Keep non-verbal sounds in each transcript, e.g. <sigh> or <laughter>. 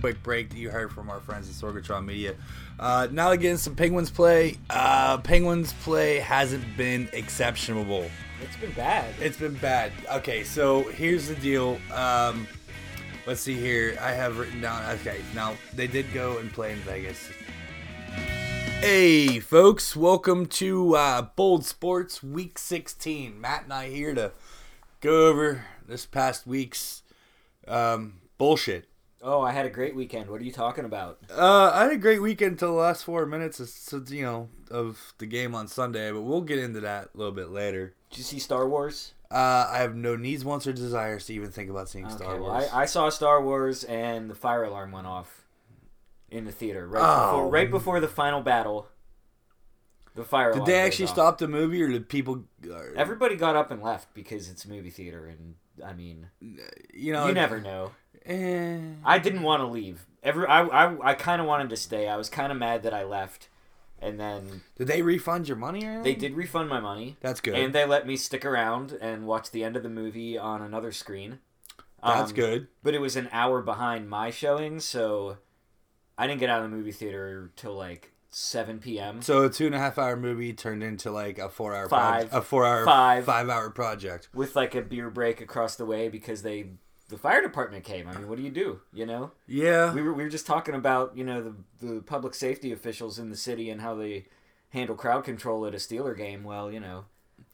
quick break that you heard from our friends at Sorgatron Media. Uh, now again, some Penguins play. Uh, Penguins play hasn't been exceptional. It's been bad. It's been bad. Okay, so here's the deal. Um, let's see here. I have written down. Okay, now they did go and play in Vegas. Hey, folks, welcome to uh, Bold Sports Week 16. Matt and I here to go over this past week's um, bullshit. Oh, I had a great weekend. What are you talking about? Uh, I had a great weekend until the last four minutes, of, you know, of the game on Sunday, but we'll get into that a little bit later. Did you see Star Wars? Uh, I have no needs, wants, or desires to even think about seeing Star Okay, well, Wars. I, I saw Star Wars, and the fire alarm went off in the theater right Oh. before right before the final battle. The fire. did alarm they goes actually off. stop the movie, or did people? uh, or- Everybody got up and left because it's a movie theater, and I mean, you know, you never know. eh. I didn't want to leave. Every I I, I kind of wanted to stay. I was kind of mad that I left, and then Did they refund your money? Or they did refund my money. That's good. And they let me stick around and watch the end of the movie on another screen. That's Um, good. But it was an hour behind my showing, so I didn't get out of the movie theater till like 7 p.m. So a two and a half hour movie turned into like a four hour Five. a four hour Five. hour project. with like a beer break across the way because they the fire department came. I mean, what do you do? You know, Yeah, <laughs> we were we were just talking about you know the the public safety officials in the city and how they handle crowd control at a Steeler game. Well, you know.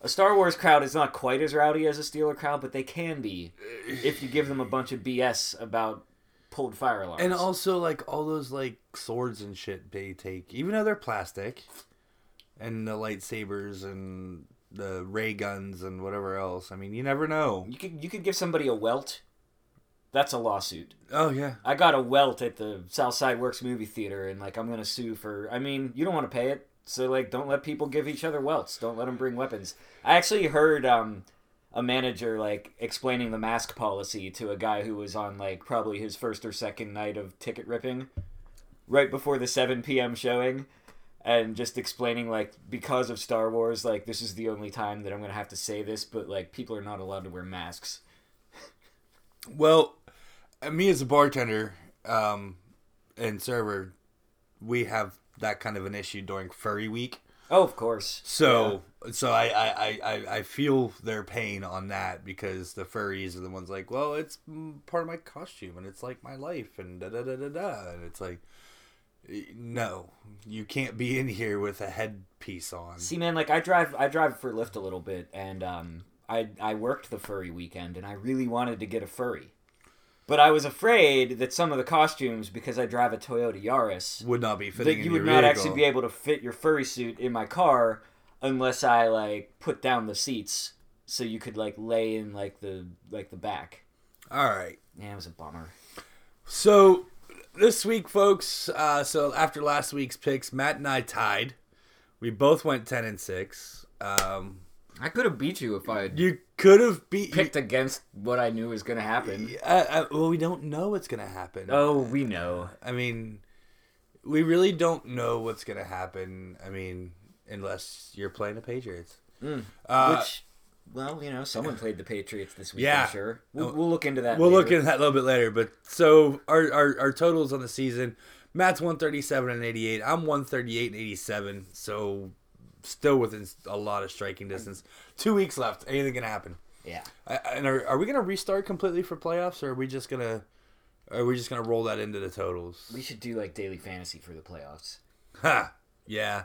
A Star Wars crowd is not quite as rowdy as a Steeler crowd, but they can be if you give them a bunch of BS about pulled fire alarms. and also like all those like swords and shit they take, even though they're plastic, and the lightsabers and the ray guns and whatever else. I mean, you never know. You could you could give somebody a welt. That's a lawsuit. Oh yeah, I got a welt at the Southside Works movie theater, and like I'm gonna sue for. I mean, you don't want to pay it, so like don't let people give each other welts. Don't let them bring weapons. I actually heard um, a manager like explaining the mask policy to a guy who was on like probably his first or second night of ticket ripping, right before the 7 p.m. showing. And just explaining, like, because of Star Wars, like, this is the only time that I'm gonna have to say this, but, like, people are not allowed to wear masks. Well, uh, me as a bartender um, and server, we have that kind of an issue during furry week. Oh, of course. So, so I, I, I- I, I feel their pain on that because the furries are the ones like, well, it's mm, part of my costume and it's like my life and da da da da da, and it's like, eh, no, you can't be in here with a headpiece on. See, man, like I drive, I drive for Lyft a little bit, and um, I I worked the furry weekend, and I really wanted to get a furry, but I was afraid that some of the costumes, because I drive a Toyota Yaris, would not be that fitting. in you your would not vehicle. actually be able to fit your furry suit in my car unless I like put down the seats so you could like lay in like the like the back. All right. Yeah, it was a bummer. So this week, folks. Uh, so after last week's picks, Matt and I tied. We both went ten and six. Um, I could have beat you if I had you could have beat. picked against what I knew was going to happen. uh, uh, well, we don't know what's gonna happen. Oh, we know. I mean, we really don't know what's gonna happen. I mean, unless you're playing the Patriots. Uh, Which, well, you know, someone played the Patriots this week. Yeah. Oh, I'm sure. We'll, we'll look into that. We'll later. look into that a little bit later. But so our, our, our totals on the season, Matt's one thirty seven and eighty eight. I'm one thirty eight and eighty seven. So still within a lot of striking distance. Two weeks left. Anything can happen. Yeah. I, I- and are, are we gonna restart completely for playoffs, or are we just gonna are we just gonna roll that into the totals? We should do like daily fantasy for the playoffs. Ha! Yeah.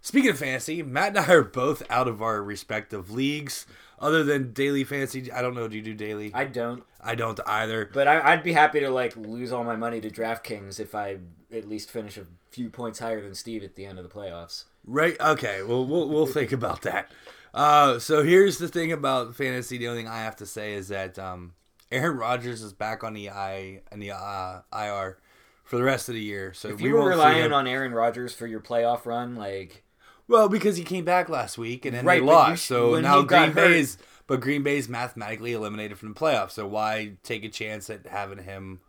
Speaking of fantasy, Matt and I are both out of our respective leagues. Other than daily fantasy, I don't know. Do you do daily? I, I don't, don't either. but I, I'd be happy to like lose all my money to DraftKings if I at least finish a few points higher than Steve at the end of the playoffs. Right? Okay. Well, we'll we'll think about that. Uh, so here's the thing about fantasy. The only thing I have to say is that um, Aaron Rodgers is back on the I and the uh, IR for the rest of the year. So If we you were won't see relying him- on Aaron Rodgers for your playoff run, like well because he came back last week and then Right, they but you lost. sh- So when now he got Green Bay hurt- is but Green Bay is mathematically eliminated from the playoffs. So why take a chance at having him?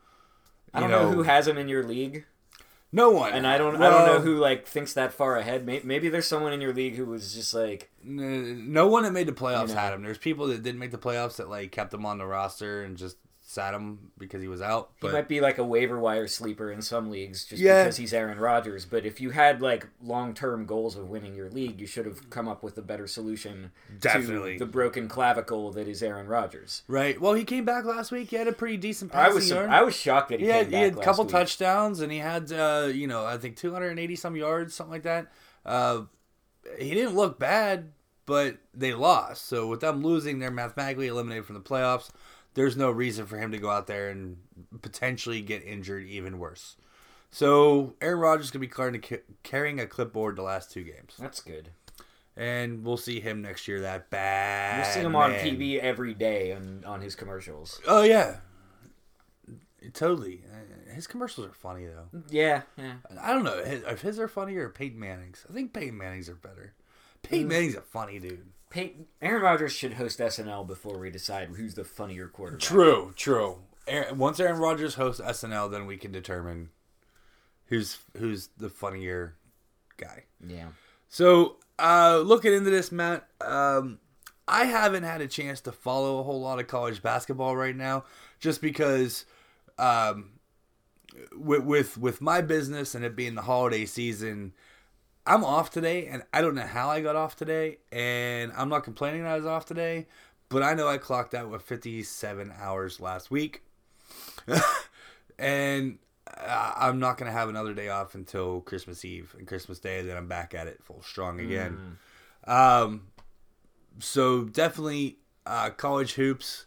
I you don't know, who has him in your league, No one. and I don't, I don't know who like thinks that far ahead. Maybe, maybe there's someone in your league who was just like, who. No one that made the playoffs You know. had him. There's people that didn't make the playoffs that like kept him on the roster and just Saddam because he was out. He But might be like a waiver wire sleeper in some leagues just Yeah. because he's Aaron Rodgers. But if you had like long term goals of winning your league, you should have come up with a better solution Definitely. to the broken clavicle that is Aaron Rodgers. right, well, he came back last week. He had a pretty decent I passing was yard. I was shocked that he, he had, came he back had a last couple week. touchdowns and he had uh, you know I think 280 some yards something like that. Uh, he didn't look bad, but they lost. So with them losing, they're mathematically eliminated from the playoffs. There's no reason for him to go out there and potentially get injured even worse. So Aaron Rodgers could be carrying a, carrying a clipboard the last two games, That's good. and we'll see him next year. That bad. We'll see him on Ah, man. TV every day on on his commercials. Oh yeah, totally. Uh, His commercials are funny though. Yeah, yeah. I don't know his- if his are funnier or Peyton Manning's. I think Peyton Manning's are better. Peyton Manning's a funny dude. Peyton, Aaron Rodgers should host SNL before we decide who's the funnier quarterback. True, true. Aaron, once Aaron Rodgers hosts SNL, then we can determine who's who's the funnier guy. Yeah. So, uh, looking into this, Matt, um, I haven't had a chance to follow a whole lot of college basketball right now, just because um, with, with with my business and it being the holiday season, I'm off today, and I don't know how I got off today, and I'm not complaining that I was off today, but I know I clocked out with 57 hours last week, <laughs> and I- I'm not gonna have another day off until Christmas Eve and Christmas Day. Then I'm back at it full strong again. Um, so definitely uh, college hoops.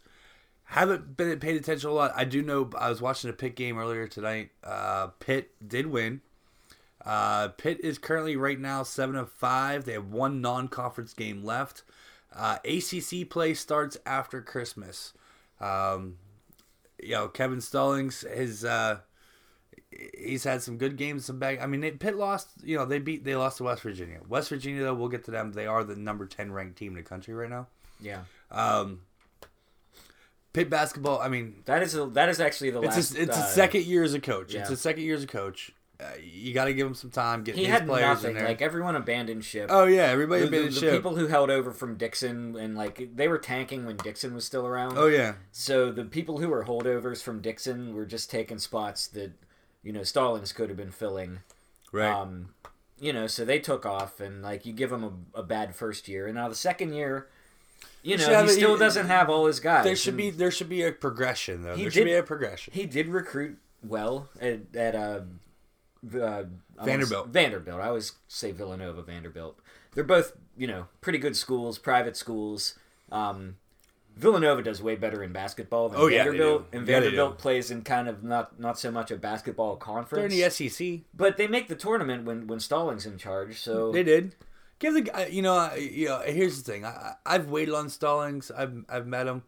Haven't been paid attention a lot. I do know I was watching a Pitt game earlier tonight. Uh, Pitt did win. Uh, Pitt is currently right now seven of five. They have one non-conference game left. Uh, ACC play starts after Christmas. Um, you know, Kevin Stallings, his uh, he's had some good games, some bad. I mean, they, Pitt lost. You know, they beat they lost to West Virginia. West Virginia, though, we'll get to them. They are the number ten ranked team in the country right now. Yeah. Um, Pitt basketball. I mean, That is a, that is actually the it's last. his, it's uh, his second year as a coach. It's yeah. his second year as a coach. Uh, you got to give him some time. Get He his had players nothing. in there. Like everyone abandoned ship. oh yeah, everybody the, the- been in the ship. people who held over from Dixon and like they were tanking when Dixon was still around. Oh yeah, So the people who were holdovers from Dixon were just taking spots that you know Stallings could have been filling. right. Um, you know, so they took off and like you give him a, a bad first year, and now the second year, you should know, have he a- still he- doesn't have all his guys. there should and be there should be a progression though. He There should did- be a progression. He did recruit well at at uh, the, uh, I Vanderbilt. almost- Vanderbilt. I always say Villanova. Vanderbilt. They're both you know pretty good schools, private schools. Um, Villanova does way better in basketball than Oh, yeah, they Vanderbilt, do. and Yeah, they Vanderbilt do. plays in kind of not not so much a basketball They're in conference, the E SEC. but they make the tournament when when Stallings in charge. So They did. Give the guy, you know, I- you know. Here's the thing. I, I- I've waited on Stallings. I've I've met him.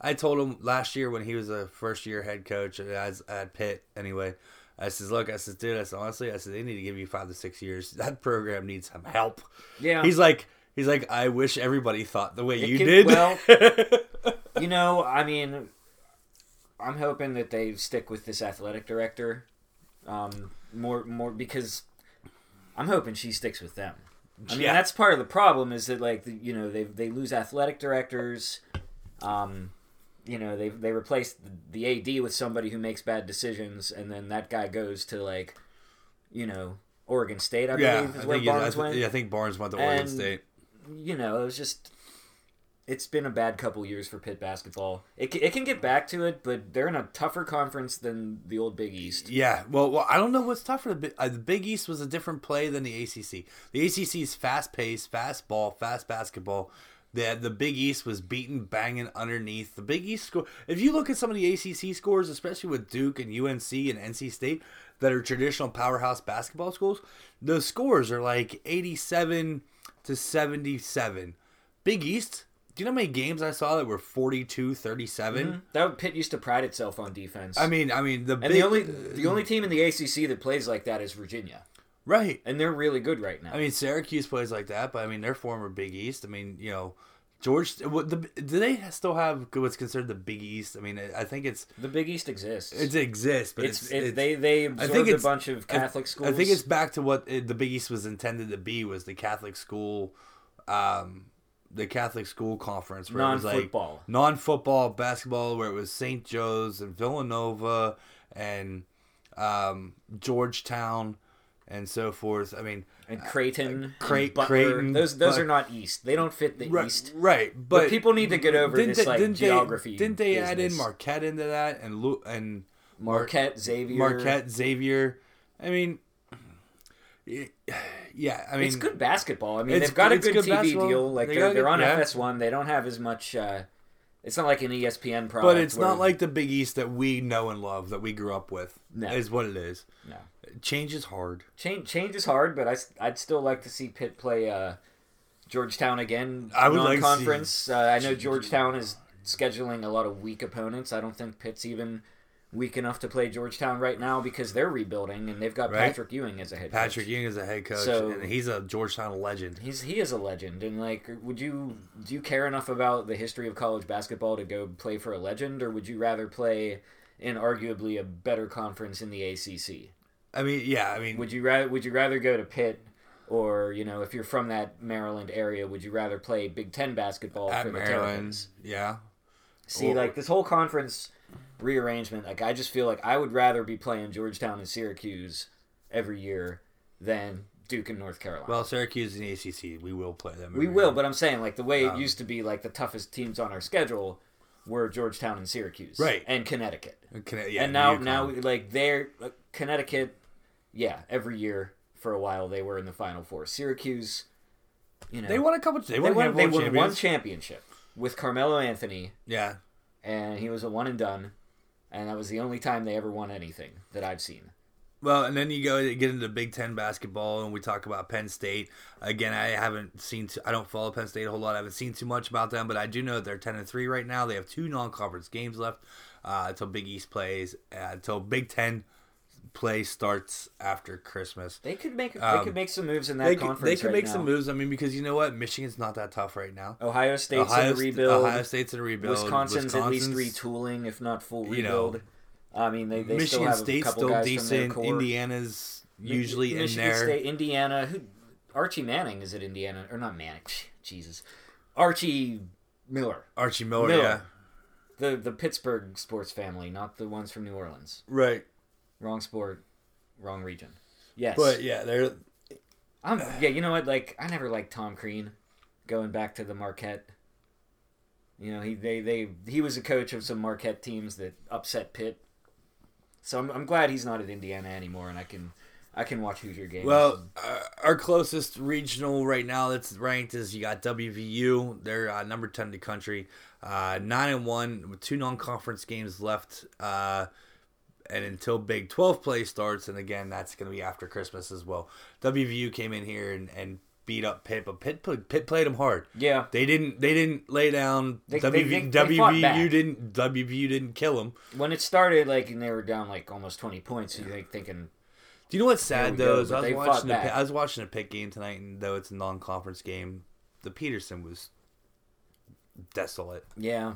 I told him last year when he was a first year head coach as at Pitt. Anyway, I says, look, I says, dude, I says, honestly, I said they need to give you five to six years. That program needs some help. yeah, He's like, he's like, I wish everybody thought the way It you can- did. well- you know, I mean, I'm hoping that they stick with this athletic director um, more, more because I'm hoping she sticks with them. I mean, Yeah. that's part of the problem is that like the, you know they they lose athletic directors. Um, you know they they replace the, the AD with somebody who makes bad decisions, and then that guy goes to like, you know, Oregon State. I <laughs> yeah, believe I is where think, he's- I Barnes th- went yeah, I think Barnes went to Oregon And- State. you know, it was just. It's been a bad couple years for Pitt basketball. It, ca- it can get back to it, but they're in a tougher conference than the old Big East. Yeah, well, well, I don't know what's tougher. The Bi- uh, the Big East was a different play than the ACC. The ACC is fast paced, fast ball, fast basketball. The the Big East was beaten, banging underneath. The Big East score. If you look at some of the ACC scores, especially with Duke and UNC and NC State, that are traditional powerhouse basketball schools, those scores are like eighty seven to seventy seven. Big East. Do you know how many games I saw that were 42 37? That Pitt used to pride itself on defense. I mean, Mm. I mean the Mm-hmm. and the only the only team in the ACC that plays like that is Virginia, right. and they're really good right now. I mean, Syracuse plays like that, but I mean, they're former Big East. I mean, you know, George. What the, do they still have what's considered the Big East? I mean, I think it's the Big East exists. it exists, but it's, it's, it- they they absorbed a it's- bunch of Catholic I- schools. I think it's back to what it, the Big East was intended to be was the Catholic school, um, the Catholic school conference where it was like non-football. non football basketball where it was St. Joe's and Villanova and um, Georgetown and so forth. I mean, and Creighton, Cray- and Butler. Creighton, Those those But- are not East. They don't fit the right, East. right, But, but, people need to get over didn't they, this like didn't geography. They, didn't they add in business. Marquette into that and Lu- and Marquette, Xavier? Marquette Xavier? I mean, yeah, I mean, it's good basketball. I mean, It's they've got a good- it's good good, TV basketball. deal. Like They they got are a they're good- on yeah. FS1. They don't have as much. Uh, it's not like an E ESPN product. But it's where- not like the Big East that we know and love that we grew up with. No. Is what it is. no. Change is hard. change. Change is hard, but I would still like to see Pitt play uh, Georgetown again. I would like to see- conference. Uh, I know Georgetown is scheduling a lot of weak opponents. I don't think Pitt's even weak enough to play Georgetown right now because they're rebuilding and they've got Right. Patrick Ewing as a head coach. Patrick Ewing is a head coach, So- and he's a Georgetown legend. He's he is a legend, and like, would you do you care enough about the history of college basketball to go play for a legend, or would you rather play in arguably a better conference in the ACC? I mean, yeah, I mean, Would you rather would you rather go to Pitt, or you know, if you're from that Maryland area, would you rather play Big Ten basketball at for the Maryland, Terrapins? yeah, See, Or- like this whole conference rearrangement, like I just feel like I would rather be playing Georgetown and Syracuse every year than Duke and North Carolina. Well, Syracuse and ACC, we will play them. We every will, year. but I'm saying like the way it Um, used to be, like the toughest teams on our schedule were Georgetown and Syracuse, Right. and Connecticut, Conne- yeah, and now UConn. now like they're like, Connecticut, yeah, every year for a while they were in the Final Four. Syracuse, you know, they won a couple. They they won. won, handful they of won one champions. championship with Carmelo Anthony, Yeah, and he was a one and done, and that was the only time they ever won anything that I've seen. Well, and then you go to get into Big Ten basketball, and we talk about Penn State again. I haven't seen, t- I don't follow Penn State a whole lot. I haven't seen too much about them, but I do know that they're ten and three right now. They have two non-conference games left uh, until Big East plays, uh, until Big Ten play starts after Christmas. They could make Um, they could make some moves in that They could, conference. they could right make now. some moves. I mean, because you know what, Michigan's not that tough right now. Ohio State's in the St- rebuild. Ohio State's in a rebuild. Wisconsin's, at least Wisconsin's- retooling, if not full you know, rebuild. I mean, they, they still Michigan have State's a couple still guys from their decent. core. Indiana's Mi- usually in Michigan there. State, Indiana. Who? Archie Manning is at Indiana, or not Manning? <laughs> Jesus, Archie Miller, Archie Miller, Miller. yeah, the the Pittsburgh sports family, not the ones from New Orleans. right. Wrong sport, wrong region. Yes, But yeah, they're I'm, yeah, you know what? Like, I never liked Tom Crean. Going back to the Marquette, you know, he they they he was a coach of some Marquette teams that upset Pitt. So I'm, I'm glad he's not at Indiana anymore, and I can I can watch Hoosier games. Well, uh, our closest regional right now that's ranked is you got WVU. They're uh, number ten in the country, uh, nine and one with two non-conference games left, uh, and until Big Twelve play starts, and again that's going to be after Christmas as well. WVU came in here and, and beat up Pitt, but Pitt put- Pitt played them hard. yeah, They didn't. They didn't lay down. They- they- WV, they- they fought back. WVU didn't. WVU didn't kill them. when it started, like, and they were down like almost 20 points, you're like thinking, Do you know what's sad we go, though? Is but I was they fought watching the back. Pitt- I was watching a Pitt game tonight, and though it's a non-conference game, the Peterson was desolate. yeah.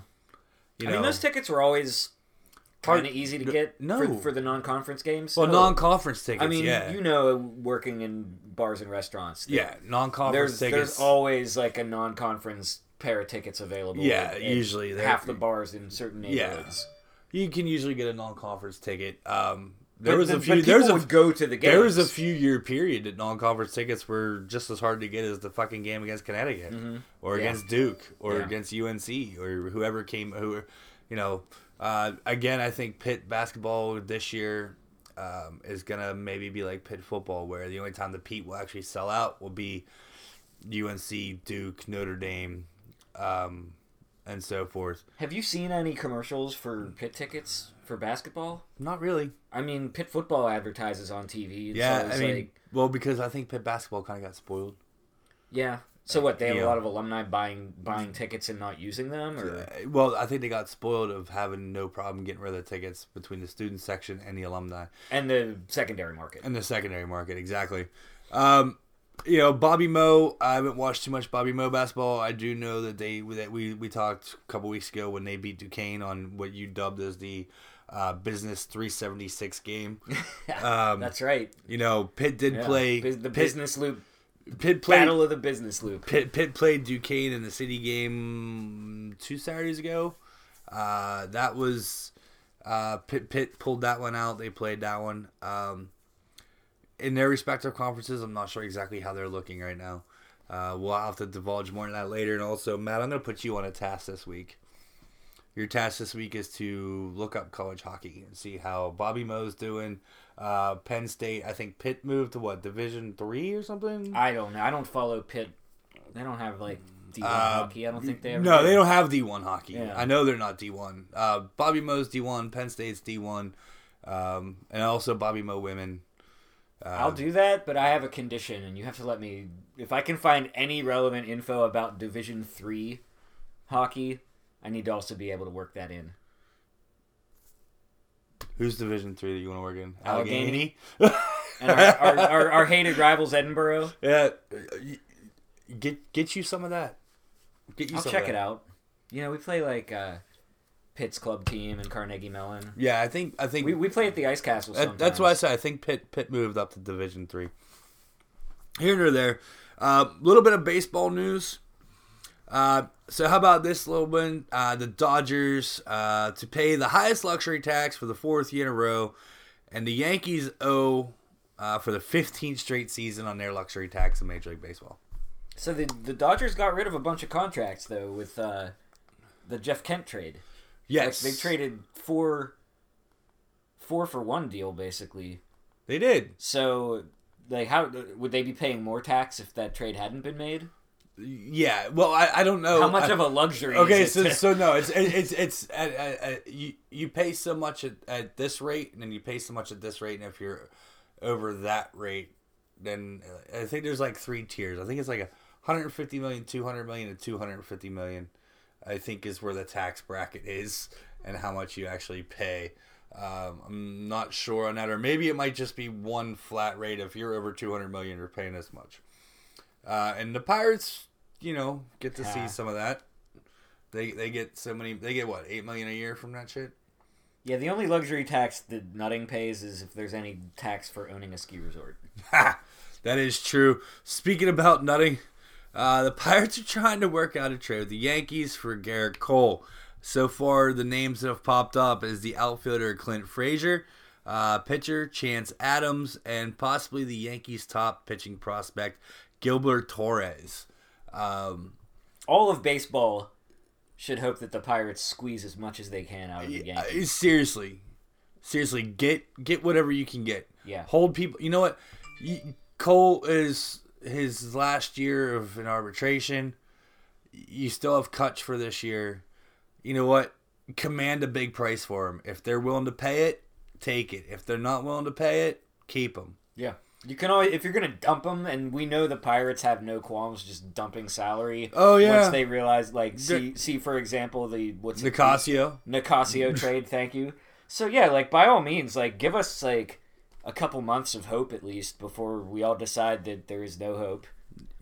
You I know, mean, those tickets were always kind of easy to get no. for, for the non-conference games. well, No. non-conference tickets. I mean, yeah, you know, working in bars and restaurants, that yeah, non-conference there's tickets. there's always like a non-conference pair of tickets available. Yeah, at- at usually they're- half the bars in certain Yeah. neighborhoods. you can usually get a non-conference ticket. Um, there But- was a but- few. But There was people a would go to the games. there was a few year period that non-conference tickets were just as hard to get as the fucking game against Connecticut or Mm-hmm. Yeah. against Duke or Yeah. against UNC or whoever came who you know uh, again I think Pitt basketball this year um, is gonna maybe be like Pitt football where the only time the Pete will actually sell out will be UNC Duke Notre Dame um, and so forth Have you seen any commercials for pit tickets for basketball? not really I mean, pit football advertises on TV. and yeah so I it's mean like, well because I think Pitt basketball kind of got spoiled yeah. So what? They have Yeah. a lot of alumni buying buying tickets and not using them, or Uh, Well, I think they got spoiled of having no problem getting rid of the tickets between the student section and the alumni and the secondary market. and the secondary market. Exactly. Um, you know, Bobby Moe. I haven't watched too much Bobby Moe basketball. I do know that they that we we talked a couple weeks ago when they beat Duquesne on what you dubbed as the uh, business 376 game. Um, <laughs> That's right. you know, Pitt did Yeah. Um, play Bus- the Pitt- business loop Pitt played Battle of the Business Loop. Pitt, Pitt played Duquesne in the city game two Saturdays ago. Uh, that was uh, Pitt, Pitt pulled that one out. They played that one. Um, in their respective conferences, I'm not sure exactly how they're looking right now. Uh, we'll have to divulge more on that later. And also, Matt, I'm going to put you on a task this week. Your task this week is to look up college hockey and see how Bobby Moe's doing. Uh, Penn State, I think Pitt moved to what Division three or something. I don't know. I don't follow Pitt. They don't have like D1 Uh, hockey. I don't think they ever. No, did. they don't have D one hockey. Yeah. I know they're not D one. Uh, Bobby Moe's D one, Penn State's D one, um, and also Bobby Moe women. I'll do that, but I have a condition, and you have to let me. If I can find any relevant info about Division Three hockey, I need to also be able to work that in. Who's Division three that you want to work in? Allegheny? And our, our, our, our hated rivals, Edinburgh. Yeah, uh, get get you some of that. Get you. I'll some of check that. it out. You know, we play like uh, Pitt's club team and Carnegie Mellon. Yeah, I think I think We, we play at the Ice Castle. that- Sometimes. Uh, that's why I said I think Pitt Pitt moved up to Division three. Here nor there, a little bit of baseball news. Uh, so how about this little one? Uh, the Dodgers uh, to pay the highest luxury tax for the fourth year in a row, and the Yankees owe uh, for the 15th straight season on their luxury tax in Major League Baseball. So the the Dodgers got rid of a bunch of contracts though with uh, the Jeff Kent trade. Like Yes, they traded four four for one deal basically. They did. So like how would they be paying more tax if that trade hadn't been made? Yeah. Well, I, I don't know How much I- of a luxury? Okay, is so it to- so no, it's <laughs> it's it's uh, uh, uh, you you pay so much at, at this rate, and then you pay so much at this rate, and if you're over that rate, then uh, I think there's like three tiers. I think it's like a 150 million, 200 million, and 250 million. I think is where the tax bracket is, and how much you actually pay. Um, I'm not sure on that, or maybe it might just be one flat rate. If you're over 200 million, you're paying this much. Uh, and the Pirates, you know, get to Yeah. see some of that. They they get so many. They get what eight million a year from that shit. <laughs> yeah, the only luxury tax that nutting pays is if there's any tax for owning a ski resort. Ha! That is true. Speaking about nutting, uh, the Pirates are trying to work out a trade with the Yankees for Garrett Cole. So far, the names that have popped up is the outfielder Clint Frazier, uh, pitcher Chance Adams, and possibly the Yankees' top pitching prospect Gilbert Torres. Um, All of baseball should hope that the Pirates squeeze as much as they can out of the game. Uh, seriously, seriously, get get whatever you can get. Yeah. Hold people. You know what? You, Cole is his last year of an arbitration. You still have Kutch for this year. You know what? Command a big price for him. If they're willing to pay it, take it. If they're not willing to pay it, keep him. Yeah. You can always, if you're going to dump them, and we know the Pirates have no qualms just dumping salary. Oh, yeah. Once they realize, like, see, see for example, the, what's it? Nicasio. <laughs> Nicasio trade, thank you. So, yeah, like, by all means, like, give us, like, a couple months of hope at least before we all decide that there is no hope.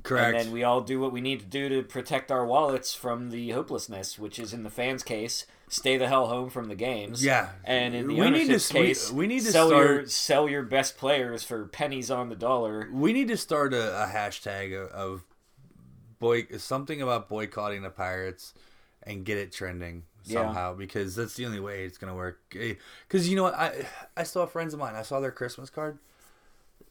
Correct. And then we all do what we need to do to protect our wallets from the hopelessness, which is in the fans' case, stay the hell home from the games. Yeah. And in the We need to ownership's s- we- case, we need to sell your start- sell your best players for pennies on the dollar. We need to start a, a hashtag of, of boy something about boycotting the pirates and get it trending Yeah. somehow because that's the only way it's gonna work. Because you know what, I I saw friends of mine. I saw their Christmas card.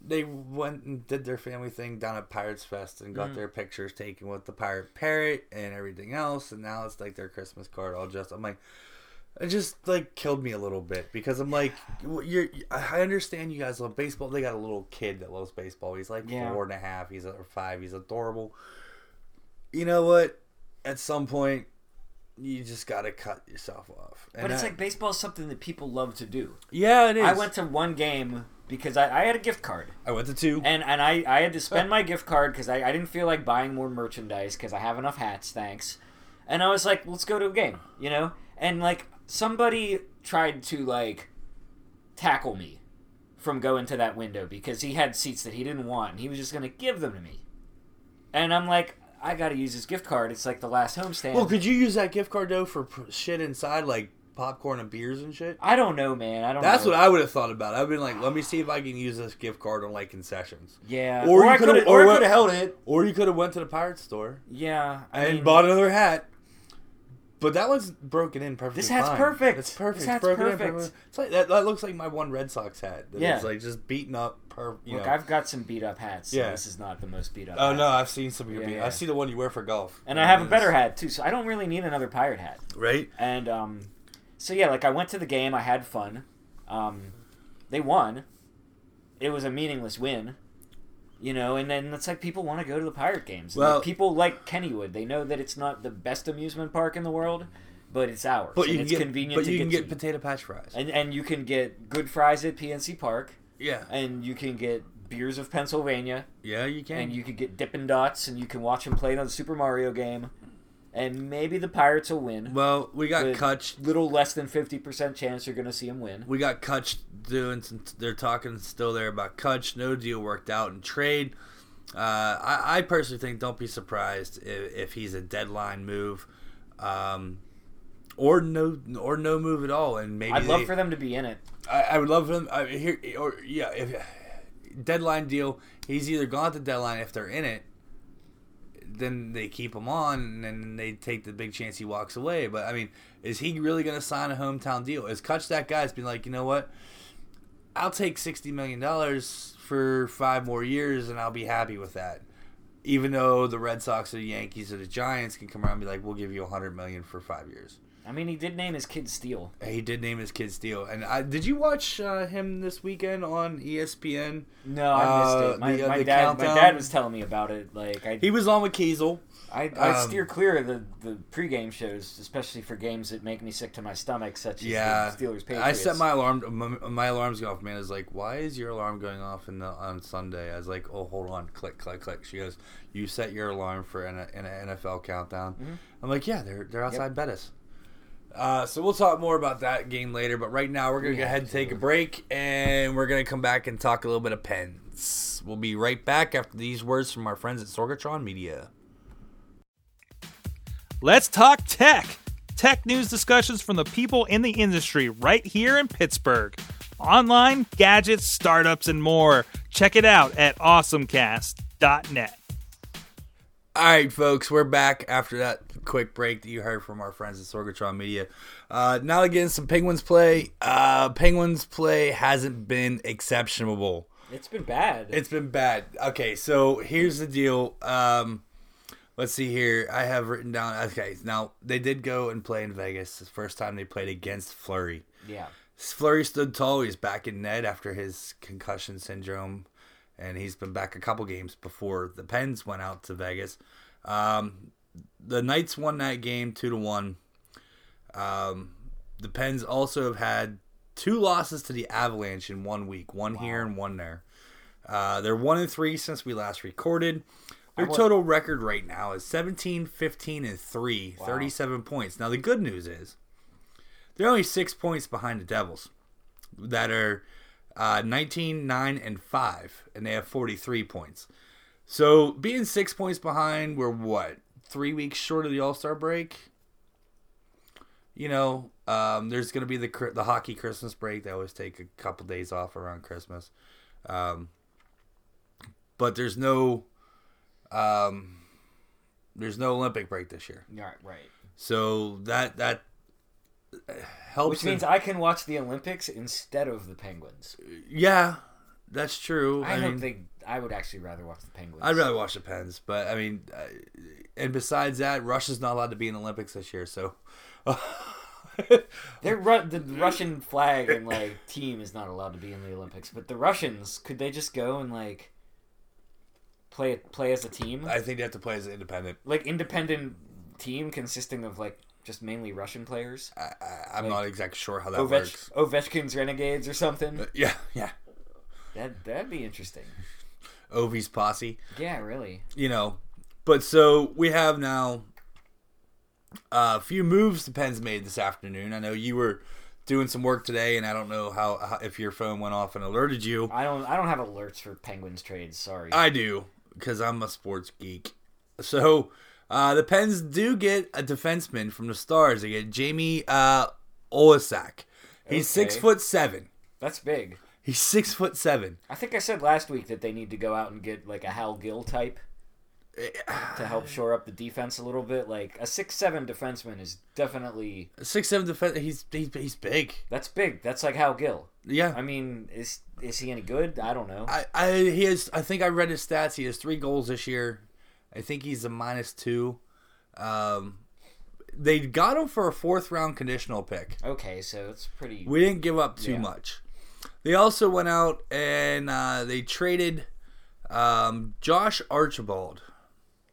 They went and did their family thing down at Pirates Fest and got their pictures taken with the pirate parrot and everything else. And now it's like their Christmas card all just. I'm like, it just like killed me a little bit because I'm like, you're. I understand you guys love baseball. They got a little kid that loves baseball. He's like Yeah. four and a half. He's a, or five. He's adorable. You know what? At some point, you just gotta cut yourself off. And But it's I- like baseball is something that people love to do. yeah, it is. I went to one game because I, I had a gift card. I went to two. And and I, <laughs> I had to spend my gift card because I, I didn't feel like buying more merchandise because I have enough hats, thanks. And I was like, let's go to a game, you know? And like somebody tried to like tackle me from going to that window because he had seats that he didn't want and he was just gonna give them to me. And I'm like, I gotta use his gift card. It's like the last homestand. Well, could you use that gift card though for pr- shit inside, like popcorn and beers and shit? I don't know, man. I don't. That's know. what I would have thought about. I've been like, let me see if I can use this gift card on like concessions, Yeah. Or Or, you I could've- could have. or Or, what- I could have held it. or you could have went to the pirate store Yeah. I and mean, bought another hat. But that one's broken in perfectly. This hat's fine. perfect. It's perfect. This it's hat's broken in perfect. perfectly- It's like that, that looks like my one Red Sox hat. That Yeah. It's like just beaten up. Per, you Look, know. I've got some beat up hats. So Yeah. This is not the most beat up. oh hat. no, I've seen some of your. Yeah, beat- yeah. I see the one you wear for golf. And I have a better hat too, so I don't really need another pirate hat. Right? And um, so yeah, like I went to the game, I had fun. Um, they won. It was a meaningless win, you know. And then it's like people want to go to the pirate games. And, like, Well- people like Kennywood. They know that it's not the best amusement park in the world, but it's ours. But and you can it's get. convenient but to you can get, get to. potato patch fries. and and you can get good fries at PNC Park, yeah. and you can get beers of Pennsylvania, Yeah, you can. and you could get Dippin' Dots, and you can watch them play on the Super Mario game, and maybe the Pirates will win. well, we got But- Kutch. little less than 50% chance you're going to see him win. We got Kutch doing. Some, they're talking still there about Kutch. No deal worked out in trade. Uh, I, I personally think don't be surprised if, if he's a deadline move, um, or no or no move at all. And maybe I'd love they- for them to be in it. I, I would love for them. I, here or yeah, if deadline deal. He's either gone at the deadline if they're in it. Then they keep him on, and then they take the big chance he walks away. But I mean, is he really going to sign a hometown deal? Is Kutch that guy? Has been like, you know what? I'll take sixty million dollars for five more years, and I'll be happy with that. Even though the Red Sox or the Yankees or the Giants can come around and be like, "We'll give you a hundred million for five years." I mean, he did name his kid Steele. He did name his kid Steele. And I, did you watch uh, him this weekend on E ESPN? No, I missed Uh, it. My, the- uh, my the dad, countdown? my dad was telling me about it. Like I, He was on with Kiesel. I, I um, steer clear of the, the pregame shows, especially for games that make me sick to my stomach, such as Yeah, the Steelers Patriots. I set my alarm. My, my alarm's going off. Man, I was like, "Why is your alarm going off in the, on Sunday?" I was like, "Oh, hold on, click, click, click." She goes, "You set your alarm for an, an NFL countdown." Mm-hmm. I'm like, "Yeah, they're they're outside Bettis." Uh, so we'll talk more about that game later. But right now, we're gonna We go have ahead and take a to. break, and we're gonna come back and talk a little bit of pens. We'll be right back after these words from our friends at Sorgatron Media. Let's talk tech. Tech news discussions from the people in the industry right here in Pittsburgh. Online, gadgets, startups, and more. Check it out at awesomecast.net. All right, folks, we're back after that quick break that you heard from our friends at Sorgatron Media. Uh, now again, some Penguins play. Uh, Penguins play hasn't been exceptional. It's been bad. It's been bad. Okay, so here's the deal. Um, let's see here. I have written down. Okay, now they did go and play in Vegas. The first time they played against Flurry. yeah. Flurry stood tall. He's back in net after his concussion syndrome, and he's been back a couple games before the Pens went out to Vegas. Um, the Knights won that game two to one. Um, the Pens also have had two losses to the Avalanche in one week, one here and one there. Uh, they're one and three since we last recorded. Their total record right now is 17, 15, and 3, 37 points. Now, the good news is they're only six points behind the Devils, that are uh, 19, 9, and 5, and they have 43 points. So, being six points behind, we're what? Three weeks short of the All Star break? You know, um, there's going to be the, cr- the hockey Christmas break. They always take a couple days off around Christmas. Um, but there's no. Um, there's no Olympic break this year, All right, right. so that that uh, helps. Which in- means I can watch the Olympics instead of the Penguins. Yeah, that's true. I, I, don't mean, think I would actually rather watch the Penguins. I'd rather watch the Pens, but I mean, uh, and besides that, Russia's not allowed to be in the Olympics this year, so They're Ru- the Russian flag and like team is not allowed to be in the Olympics, but the Russians could they just go and like play play as a team, I think they have to play as an independent. like independent team consisting of like just mainly Russian players, I, I, I'm not exactly sure how that Ovech- works. Ovechkin's Renegades or something. Yeah, yeah. That that'd be interesting. Ovi's posse, Yeah, really. you know. But so we have now uh, a few moves the Pens made this afternoon. I know you were doing some work today, and I don't know how, how if your phone went off and alerted you. I don't I don't have alerts for Penguins trades. Sorry. I do because I'm a sports geek. So uh, the Pens do get a defenseman from the Stars. They get Jamie uh, Olasak. He's six Okay. foot seven. That's big. He's six foot seven. I think I said last week that they need to go out and get like a Hal Gill type <sighs> to help shore up the defense a little bit. Like a six-seven defenseman is definitely Six seven defense. He's he's, he's big. that's big. That's like Hal Gill. Yeah. I mean, is is he any good? I don't know. I, I he has I think I read his stats. He has three goals this year. I think he's a minus two. Um, they got him for a fourth round conditional pick. Okay, so it's pretty. We didn't give up too Yeah. much. They also went out and uh, they traded um, Josh Archibald.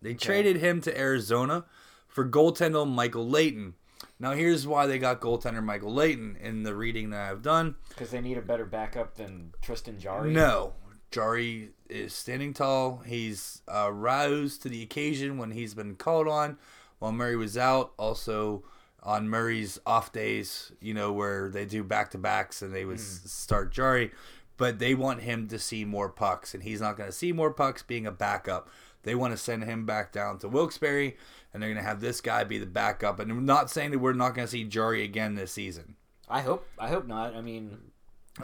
They traded him to Arizona for goaltender Michael Layton. Now here's why they got goaltender Michael Layton in the reading that I've done. Because they need a better backup than Tristan Jari. No. Jari is standing tall. He's uh, roused to the occasion when he's been called on while Murray was out. Also, on Murray's off days, you know, where they do back to backs and they would Hmm. s start Jari, but they want him to see more pucks, and he's not going to see more pucks being a backup. They want to send him back down to Wilkes-Barre, and they're going to have this guy be the backup. And I'm not saying that we're not going to see Jari again this season. I hope. I hope not. I mean,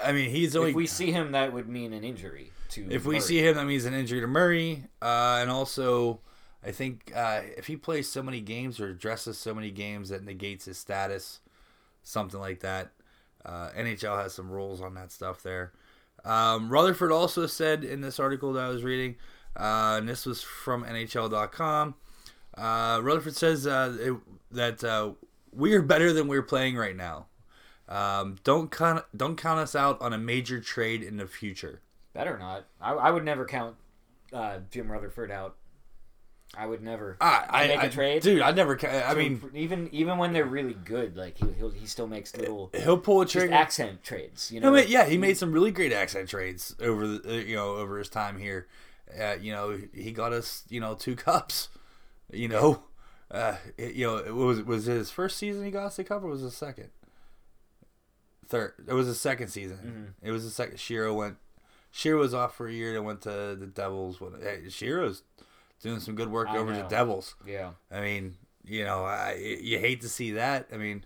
I mean, he's only if we see him, that would mean an injury to. If we Murray. see him, that means an injury to Murray, uh, and also I think uh, if he plays so many games or addresses so many games that negates his status, something like that. Uh, NHL has some rules on that stuff there. Um, Rutherford also said in this article that I was reading, uh, and this was from NHL.com. Uh, Rutherford says uh, it, that uh, we are better than we're playing right now. Um, don't count, don't count us out on a major trade in the future. better not. I, I would never count uh, Jim Rutherford out. I would never. I, Ah, I make I- a trade? dude. I never. ca- I I mean, mean, even even when they're really good, like he he'll, he still makes little he'll pull a just trigger. accent trades. You No, know, but yeah, he made some really great accent trades over the uh, you know over his time here. Uh, you know, he got us you know two <laughs> cups. You know, uh, it- you know it was was it his first season he got us the cup or was it his second? Third. It was his second season. Mm-hmm. It was the second. Shiro went. Shiro was off for a year and went to the Devils. When hey, Shiro's doing some good work I over the know. Devils. yeah. I mean, you know, I you hate to see that. I mean.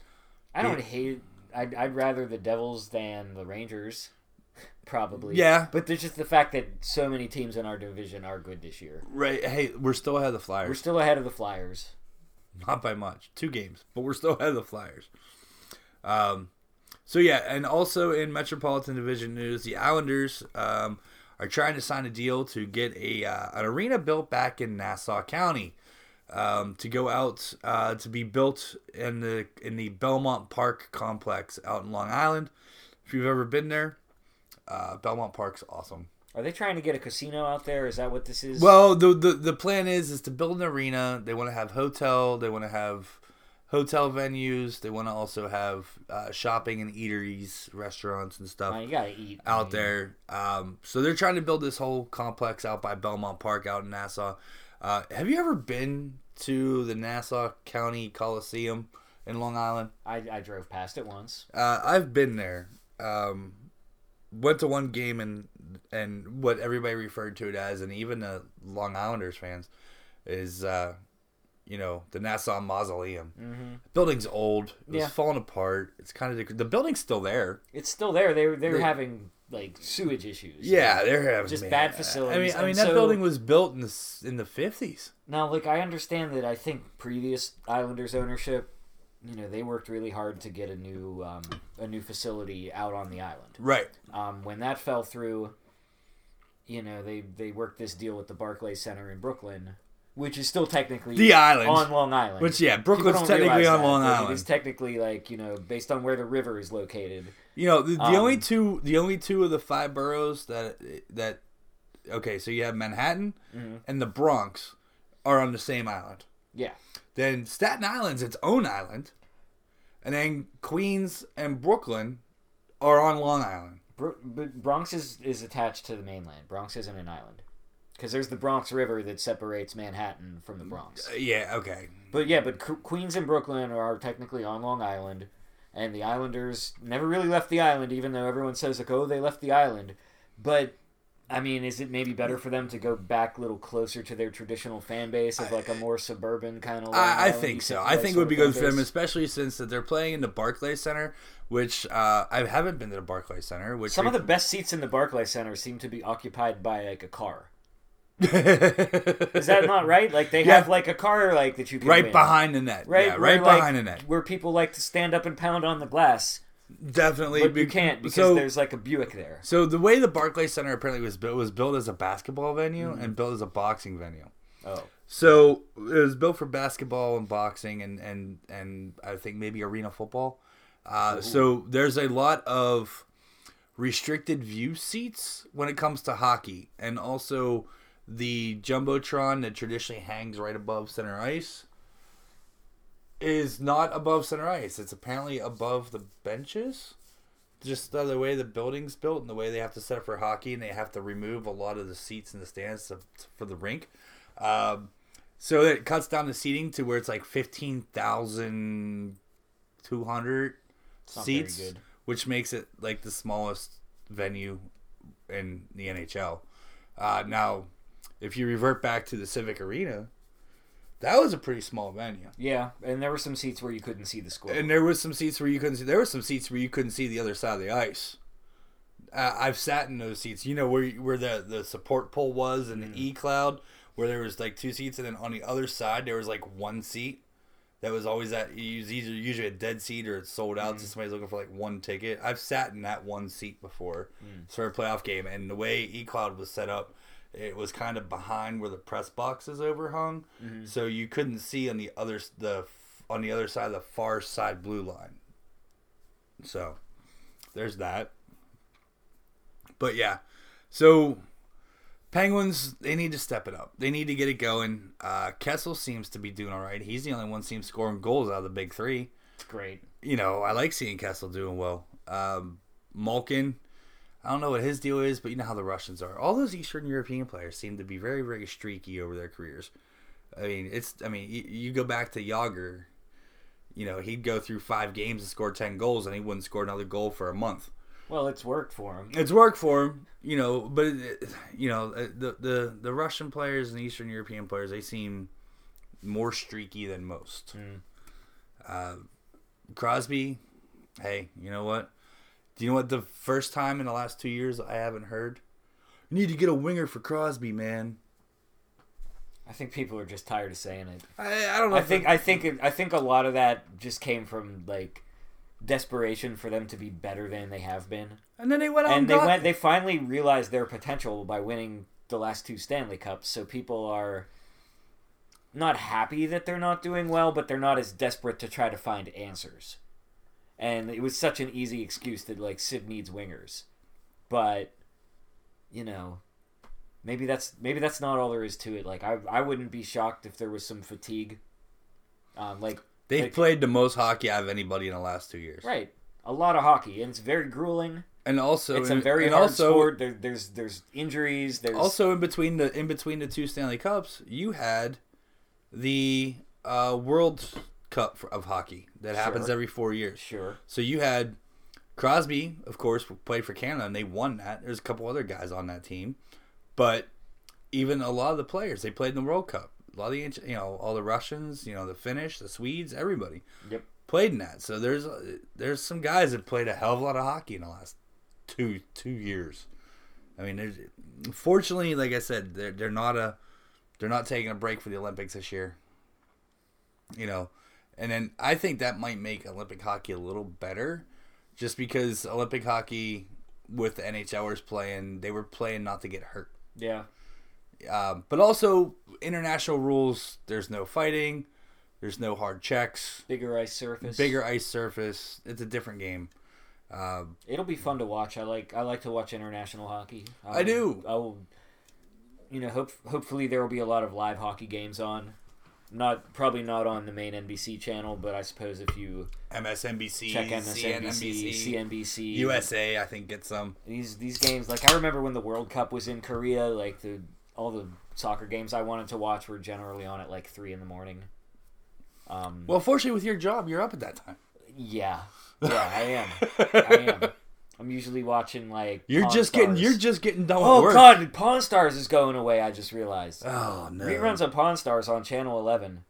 I don't hate. I'd, I'd rather the Devils than the Rangers, <laughs> probably. Yeah. but there's just the fact that so many teams in our division are good this year. Right. Hey, we're still ahead of the Flyers. We're still ahead of the Flyers. Not by much. Two games, but we're still <laughs> ahead of the Flyers. Um, so yeah, and also in Metropolitan Division news, the Islanders um, are trying to sign a deal to get a uh, an arena built back in Nassau County um, to go out uh, to be built in the in the Belmont Park complex out in Long Island. If you've ever been there, uh, Belmont Park's awesome. Are they trying to get a casino out there? Is that what this is? Well, the, the the plan is is to build an arena. They want to have hotel. They want to have hotel venues. They want to also have uh, shopping and eateries, restaurants and stuff Uh, you gotta eat I out mean, there. Um, so they're trying to build this whole complex out by Belmont Park, out in Nassau. Uh, have you ever been to the Nassau County Coliseum in Long Island? I, I drove past it once. Uh, I've been there. Um, went to one game and and what everybody referred to it as, and even the Long Islanders fans, is uh, you know the Nassau Mausoleum. Mm-hmm. The building's old. It was Yeah. falling apart. It's kind of dec- the building's still there. It's still there. They were they were They- having like sewage issues. Yeah, they're having Just man, bad I facilities, mean, I mean and that so- building was built in the s- in the fifties. Now, look, I understand that. I think previous Islanders ownership, you know, they worked really hard to get a new um, a new facility out on the island. Right. Um, when that fell through, you know, they they worked this deal with the Barclays Center in Brooklyn, which is still technically The island. on Long Island. Which yeah, People Brooklyn's don't technically realize on that, Long but It Island. is technically like you know, based on where the river is located. You know, the, the Um, only two, the only two of the five boroughs that that, okay, so you have Manhattan Mm-hmm. and the Bronx are on the same island. Yeah, Then Staten Island's its own island, and then Queens and Brooklyn are on Long Island. Bro- but Bronx is is attached to the mainland. Bronx isn't an island. Because there's the Bronx River that separates Manhattan from the Bronx. Uh, yeah, okay, But yeah, but Q- Queens and Brooklyn are technically on Long Island, and the Islanders never really left the island, even though everyone says like, "Oh, they left the island," but I mean, is it maybe better for them to go back a little closer to their traditional fan base of like a more suburban kind of? Long I, I Island-y think so. sort I of think it would be fan good for them, base? especially since that they're playing in the Barclays Center, which uh, I haven't been to the Barclays Center. Which Some of we- the best seats in the Barclay Center seem to be occupied by like a car. <laughs> Is that not right? Like they have like a car like that you can right win. behind the net, right, Yeah, where, right like, behind the net. where people like to stand up and pound on the glass, Definitely, but be- you can't because so- there's like a Buick there. So the way the Barclays Center apparently was built was built as a basketball venue and built as a boxing venue. Oh, So it was built for basketball and boxing and and and I think maybe arena football. Uh, so there's a lot of restricted view seats when it comes to hockey, and also the jumbotron that traditionally hangs right above center ice is not above center ice. It's apparently above the benches. Just the other way the building's built and the way they have to set up for hockey, and they have to remove a lot of the seats in the stands to, for the rink. Um, so it cuts down the seating to where it's like fifteen thousand two hundred not very seats, good. which makes it like the smallest venue in the NHL. Uh, now, if you revert back to the Civic Arena, that was a pretty small venue, yeah, and there were some seats where you couldn't see the score. and there was some seats where you couldn't see. There were some seats where you couldn't see the other side of the ice. Uh, I've sat in those seats. You know where where the the support pole was in the E Cloud, where there was like two seats, and then on the other side there was like one seat. That was always that. It was either usually a dead seat or it's sold out, so somebody's looking for like one ticket. I've sat in that one seat before for a playoff game, and the way E Cloud was set up, it was kind of behind where the press box is overhung, so you couldn't see on the other s- the f- on the other side of the far side blue line. So there's that. But yeah, so Penguins they need to step it up. They need to get it going. Uh, Kessel seems to be doing all right. He's the only one seems scoring goals out of the big three. It's great. You know, I like seeing Kessel doing well. Um, Malkin, I don't know what his deal is, but you know how the Russians are. All those Eastern European players seem to be very, very streaky over their careers. I mean, it's. I mean, you, you go back to Yager. You know, he'd go through five games and score ten goals, and he wouldn't score another goal for a month Well, it's worked for him. it's work for him, you know. But it, you know, uh, the the the Russian players and the Eastern European players, they seem more streaky than most. Hmm. Uh, Crosby, hey, you know what? Do you know what? The first time in the last two years, I haven't heard. You need to get a winger for Crosby, man. I think people are just tired of saying it. I, I don't know. I if think I think I think a lot of that just came from like desperation for them to be better than they have been. it- and then they went out and, and they got- went they finally realized their potential by winning the last two Stanley Cups, so people are not happy that they're not doing well, but they're not as desperate to try to find answers. And it was such an easy excuse that like Sid needs wingers. But you know, maybe that's maybe that's not all there is to it. Like I I wouldn't be shocked if there was some fatigue. Um like They've like- played the most hockey out of anybody in the last two years. right. A lot of hockey and it's very grueling. And also, It's a and- very and hard also, sport. There, there's there's injuries. There's also in between the in between the two Stanley Cups, you had the uh, World Cup for, of hockey that happens Sure. every four years. sure. So you had Crosby, of course, played for Canada and they won that. There's a couple other guys on that team, but even a lot of the players they played in the World Cup. A lot of the ancient- you know all the Russians, you know the Finnish, the Swedes, everybody Yep. played in that. So there's uh, there's some guys that played a hell of a lot of hockey in the last two two years. I mean, there's fortunately, like I said, they're they're not a they're not taking a break for the Olympics this year. You know, and then I think that might make Olympic hockey a little better, just because Olympic hockey with the NHLers playing, they were playing not to get hurt. Yeah. Um, but also international rules. There's no fighting. There's no hard checks Bigger ice surface. bigger ice surface. It's a different game. It'll be fun to watch. I like I like to watch international hockey. Um, I do. I will. You know, hope hopefully there will be a lot of live hockey games on. Not probably not on the main NBC channel, but I suppose if you MSNBC, check CNNBC, MSNBC, CNBC, USA, I think gets some. these these games like i remember when the world cup was in korea like the all the soccer games i wanted to watch were generally on at like three in the morning um <laughs> Well, fortunately, with your job, you're up at that time. yeah yeah i am i am I'm usually watching like You're Pawn just getting Stars. you're just getting done with Oh work. god, Pawn Stars is going away. I just realized Oh no. reruns of Pawn Stars on Channel 11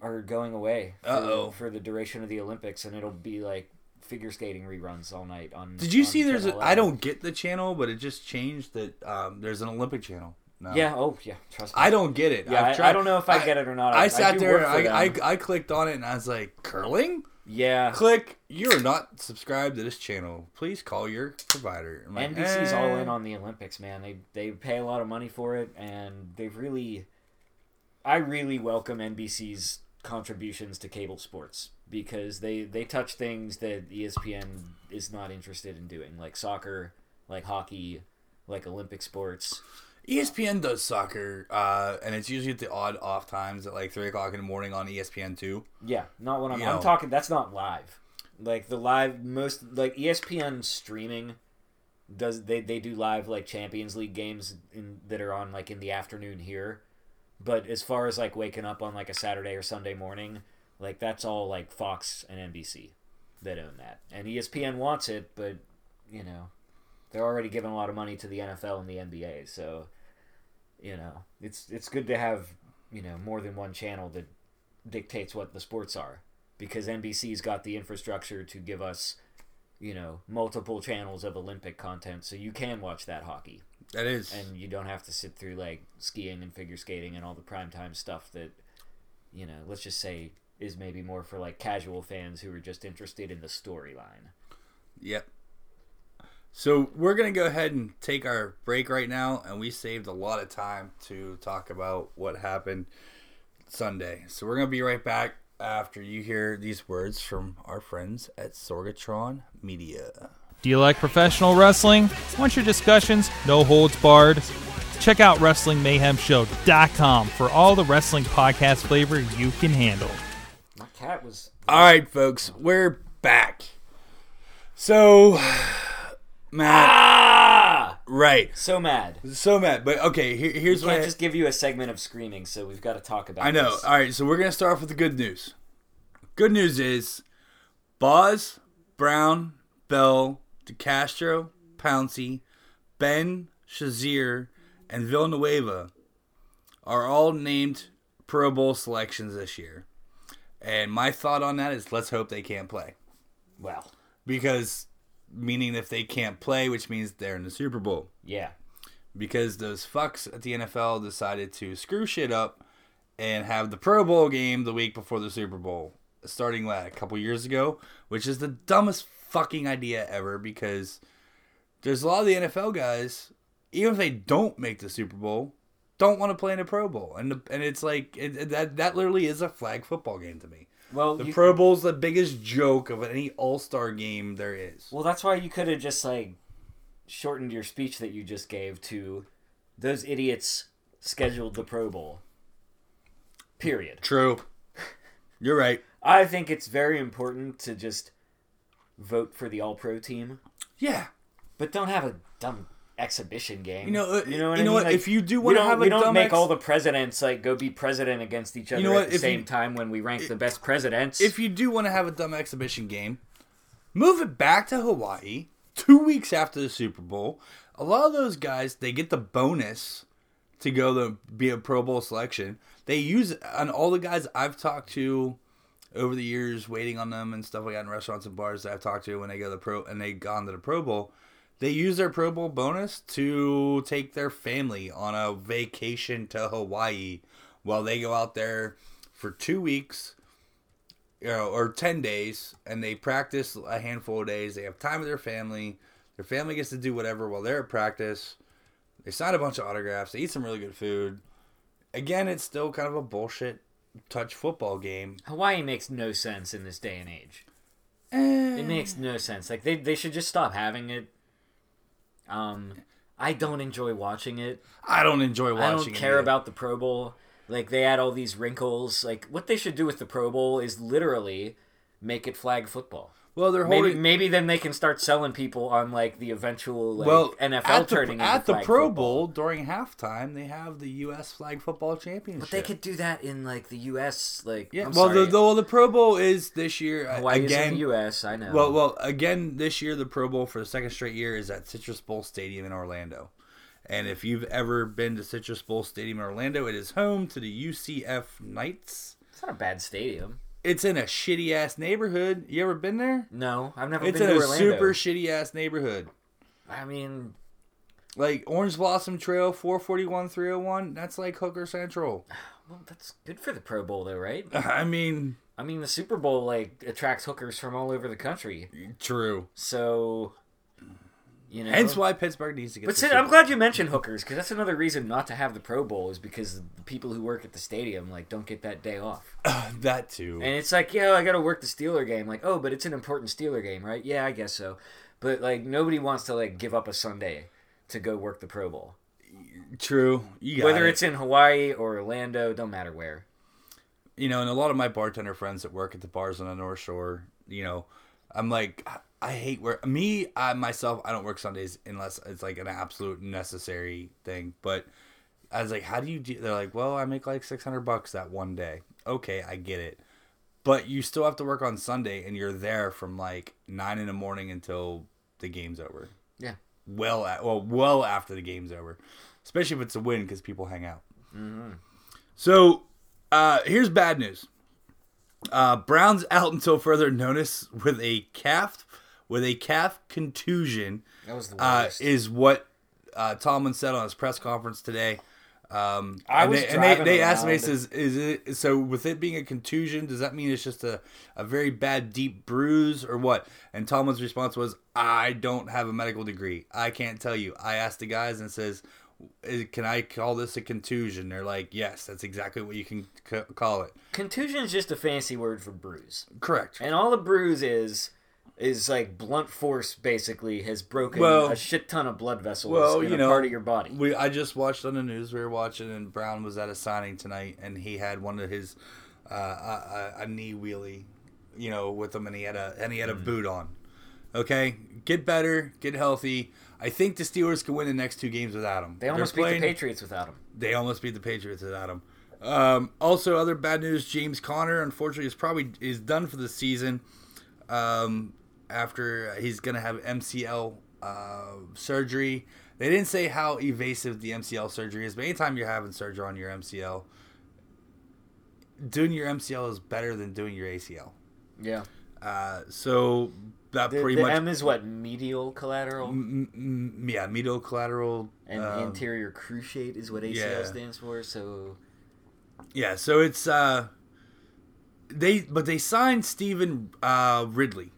are going away. for- Uh-oh. for the duration of the Olympics, and it'll be like figure skating reruns all night. On Did you on see there's a Channel I 11. don't get the channel, but it just changed that um, there's an Olympic channel. No. Yeah. Oh yeah. Trust me. I don't get it. yeah, I've I- tried- I don't know if I, get it or not. I, sat do there work and for I, I them. I clicked on it and I was like, curling? yeah. Click, you're not subscribed to this channel. Please call your provider. I'm like, NBC's all in eh. on the Olympics, man. They they pay a lot of money for it, and they've really, I really welcome NBC's contributions to cable sports because they they touch things that E ESPN is not interested in doing, like soccer, like hockey, like Olympic sports. ESPN does soccer, uh, and it's usually at the odd off times at like three o'clock in the morning on E ESPN two. Yeah, not what I'm. You I'm know. talking. That's not live. Like the live most like E ESPN streaming does they they do live like Champions League games in, that are on like in the afternoon here. But as far as like waking up on like a Saturday or Sunday morning, like that's all like Fox and NBC that own that, and E ESPN wants it, but you know they're already giving a lot of money to the NFL and the NBA, so you know it's it's good to have you know more than one channel that dictates what the sports are because NBC's got the infrastructure to give us, you know, multiple channels of Olympic content so you can watch that hockey That is, and you don't have to sit through like skiing and figure skating and all the primetime stuff that you know, let's just say is maybe more for like casual fans who are just interested in the storyline. yep. So we're gonna go ahead and take our break right now, and we saved a lot of time to talk about what happened Sunday. So we're gonna be right back after you hear these words from our friends at Sorgatron Media. Do you like professional wrestling? Want your discussions no holds barred? Check out WrestlingMayhemShow.com for all the wrestling podcast flavor you can handle. My cat was All right, folks, we're back. So, <sighs> Matt, ah right? so mad. So Matt, but okay, here, here's We what I, can't just give you a segment of screaming, so we've got to talk about. I know. this. All right, so we're gonna start off with the good news. Good news is, Boz, Brown, Bell, DeCastro, Pouncey, Ben, Shazier, and Villanueva are all named Pro Bowl selections this year. And my thought on that is, let's hope they can't play. Well, because meaning if they can't play, which means they're in the Super Bowl. yeah, Because those fucks at the NFL decided to screw shit up and have the Pro Bowl game the week before the Super Bowl, starting like a couple years ago, which is the dumbest fucking idea ever. Because there's a lot of the NFL guys, even if they don't make the Super Bowl, don't want to play in a Pro Bowl, and the, and it's like it, it- that that literally is a flag football game to me. Well, The you- Pro Bowl's the biggest joke of any All Star game there is. well, that's why you could have just like shortened your speech that you just gave to those idiots scheduled the Pro Bowl. Period. True. You're right. I think it's very important to just vote for the All Pro team, <laughs> Yeah. but don't have a dumb exhibition game. You know, uh, what you know what, Like, if you do we wanna don't- have we a don't dumb make ex- all the presidents like go be president against each other know what, at the if same you- time when we rank the best presidents. If you do want to have a dumb exhibition game, move it back to Hawaii two weeks after the Super Bowl. A lot of those guys, they get the bonus to go to be a Pro Bowl selection. They use on all the guys I've talked to over the years, waiting on them and stuff like that in restaurants and bars that I've talked to when they go to the pro and they gone to the Pro Bowl. They use their Pro Bowl bonus to take their family on a vacation to Hawaii while they go out there for two weeks you know, or 10 days and they practice a handful of days. They have time with their family. Their family gets to do whatever while they're at practice. They sign a bunch of autographs. They eat some really good food. Again, it's still kind of a bullshit touch football game. Hawaii makes no sense in this day and age. It Eh, makes no sense. Like they, they should just stop having it. Um, I don't enjoy watching it. I don't enjoy watching I don't it care either. about the Pro Bowl. Like they add all these wrinkles. Like what they should do with the Pro Bowl is literally make it flag football. Well, they're Maybe holding. maybe then they can start selling people on like the eventual like, well, NFL at the, turning into at the flag Pro football. Bowl during halftime, they have the U.S. Flag Football Championship. But they could do that in like the U.S. Like Yeah. I'm well, sorry, the, the well the Pro Bowl is this year uh, Hawaii is in again. the U.S. I know. Well, well, again this year the Pro Bowl for the second straight year is at Citrus Bowl Stadium in Orlando. And if you've ever been to Citrus Bowl Stadium in Orlando, it is home to the UCF Knights. it's not a bad stadium. It's in a shitty ass neighborhood. You ever been there? No, I've never It's been in to a Orlando. super shitty ass neighborhood. I mean, Like Orange Blossom Trail, 441 301, that's like Hooker Central. <laughs> well, that's good for the Pro Bowl though, right? I mean, I mean, the Super Bowl like attracts hookers from all over the country, true. so you know. Hence why Pittsburgh needs to get but the Sid, Super I'm glad you mentioned hookers because that's another reason not to have the Pro Bowl is because the people who work at the stadium like don't get that day off, Bowl. that too. and it's like, yo, I got to work the Steeler game. Like, oh, but it's an important Steeler game, right? Yeah, I guess so. But like, nobody wants to like give up a Sunday to go work the Pro Bowl, true. You got whether it. it's in Hawaii or Orlando, don't matter where. you know, and a lot of my bartender friends that work at the bars on the North Shore, you know, I'm like, I, I hate work. Me, I myself, I don't work Sundays unless it's like an absolute necessary thing. But I was like, how do you do? They're like, well, I make like 600 bucks that one day. Okay, I get it. But you still have to work on Sunday, and you're there from like nine in the morning until the game's over. Yeah. Well, a- well, well after the game's over, especially if it's a win because people hang out. So uh, here's bad news. Uh, Brown's out until further notice with a calf with a calf contusion That was the uh, worst. is what uh, Tomlin said on his press conference today. Um, I and was they, and they, driving they asked me, around. says, is it so? With it being a contusion, does that mean it's just a, a very bad deep bruise or what? And Tomlin's response was, I don't have a medical degree. I can't tell you. I asked the guys and says, "Is- can I call this a contusion? They're like, yes, that's exactly what you can c- call it. Contusion is just a fancy word for bruise. Correct. And all a bruise is is like blunt force basically has broken Well- a shit ton of blood vessels well, in you a know, part of your body. We I just watched on the news. We were watching, and Brown was at a signing tonight, and he had one of his uh, a, a, a knee wheelie, you know, with him, and he had a and he had a Mm. boot on. Okay, get better, get healthy. I think the Steelers can win the next two games without him. They almost beat the Patriots without him. They almost beat the Patriots without him. Um, also, other bad news: James Conner, unfortunately, is probably is done for the season. Um, after he's gonna have MCL uh, surgery. They didn't say how evasive the MCL surgery is, but anytime you're having surgery on your MCL, doing your MCL is better than doing your ACL. Yeah. Uh, so that The, pretty the much, M is what medial collateral m- m- yeah, medial collateral and um, anterior cruciate is what ACL yeah. stands for. So Yeah, so it's uh they but they signed Steven uh Ridley,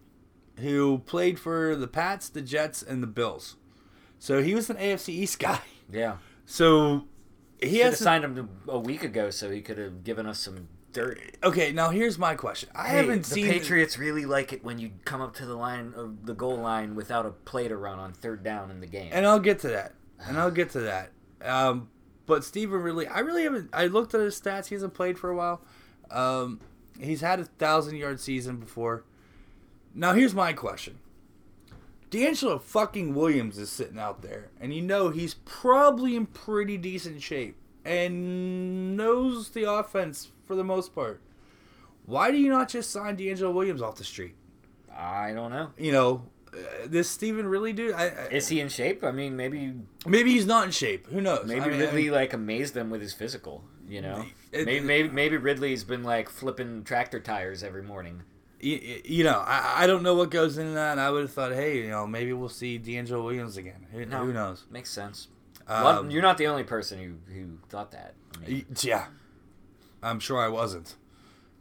who played for the Pats, the Jets, and the Bills. So he was an AFC East <laughs> guy. yeah, So he he has to- signed him a week ago, so he could have given us some dirt. Okay, now here's my question. I Hey, haven't the seen Patriots really like it when you come up to the line of the goal line without a play to run on third down in the game. and I'll get to that. And I'll get to that. Um, but Steven really, I really haven't. I looked at his stats. He hasn't played for a while. Um, he's had a thousand yard season before. Now here's my question: D'Angelo fucking Williams is sitting out there, and you know he's probably in pretty decent shape and knows the offense for the most part. Why do you not just sign D'Angelo Williams off the street? I don't know. You know, uh, this Steven really dude. I, I, Is he in shape? I mean, maybe Maybe he's not in shape. Who knows? maybe I mean, Ridley like amazed them with his physical. You know, It- maybe, maybe maybe Ridley's been like flipping tractor tires every morning. y- y- you know, I, I don't know what goes into that. And I would have thought, hey, you know, maybe we'll see D'Angelo Williams again. Who, No. who knows? Makes sense. Well, Um, you're not the only person who who thought that. I mean, y- yeah, I'm sure I wasn't.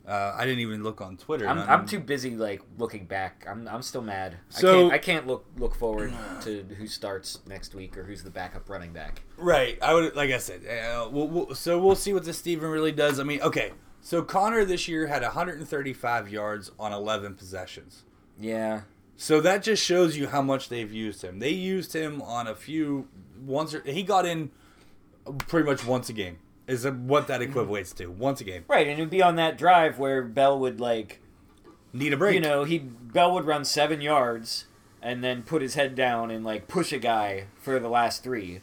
Uh, I didn't even look on Twitter. I'm, and I'm too busy like looking back. I'm, I'm still mad. I So- can't, I can't look <clears throat> look forward to who starts next week or who's the backup running back. right. I would like I said. Uh, we'll, we'll, so we'll see what this Steven really does. I mean, okay. So Connor this year had 135 yards on 11 possessions. Yeah, So that just shows you how much they've used him. They used him on a few once. Or, he got in pretty much once a game. Is what that equates to once a game. right. And it'd be on that drive where Bell would like Need a break. you know, he Bell would run seven yards and then put his head down and like push a guy for the last three,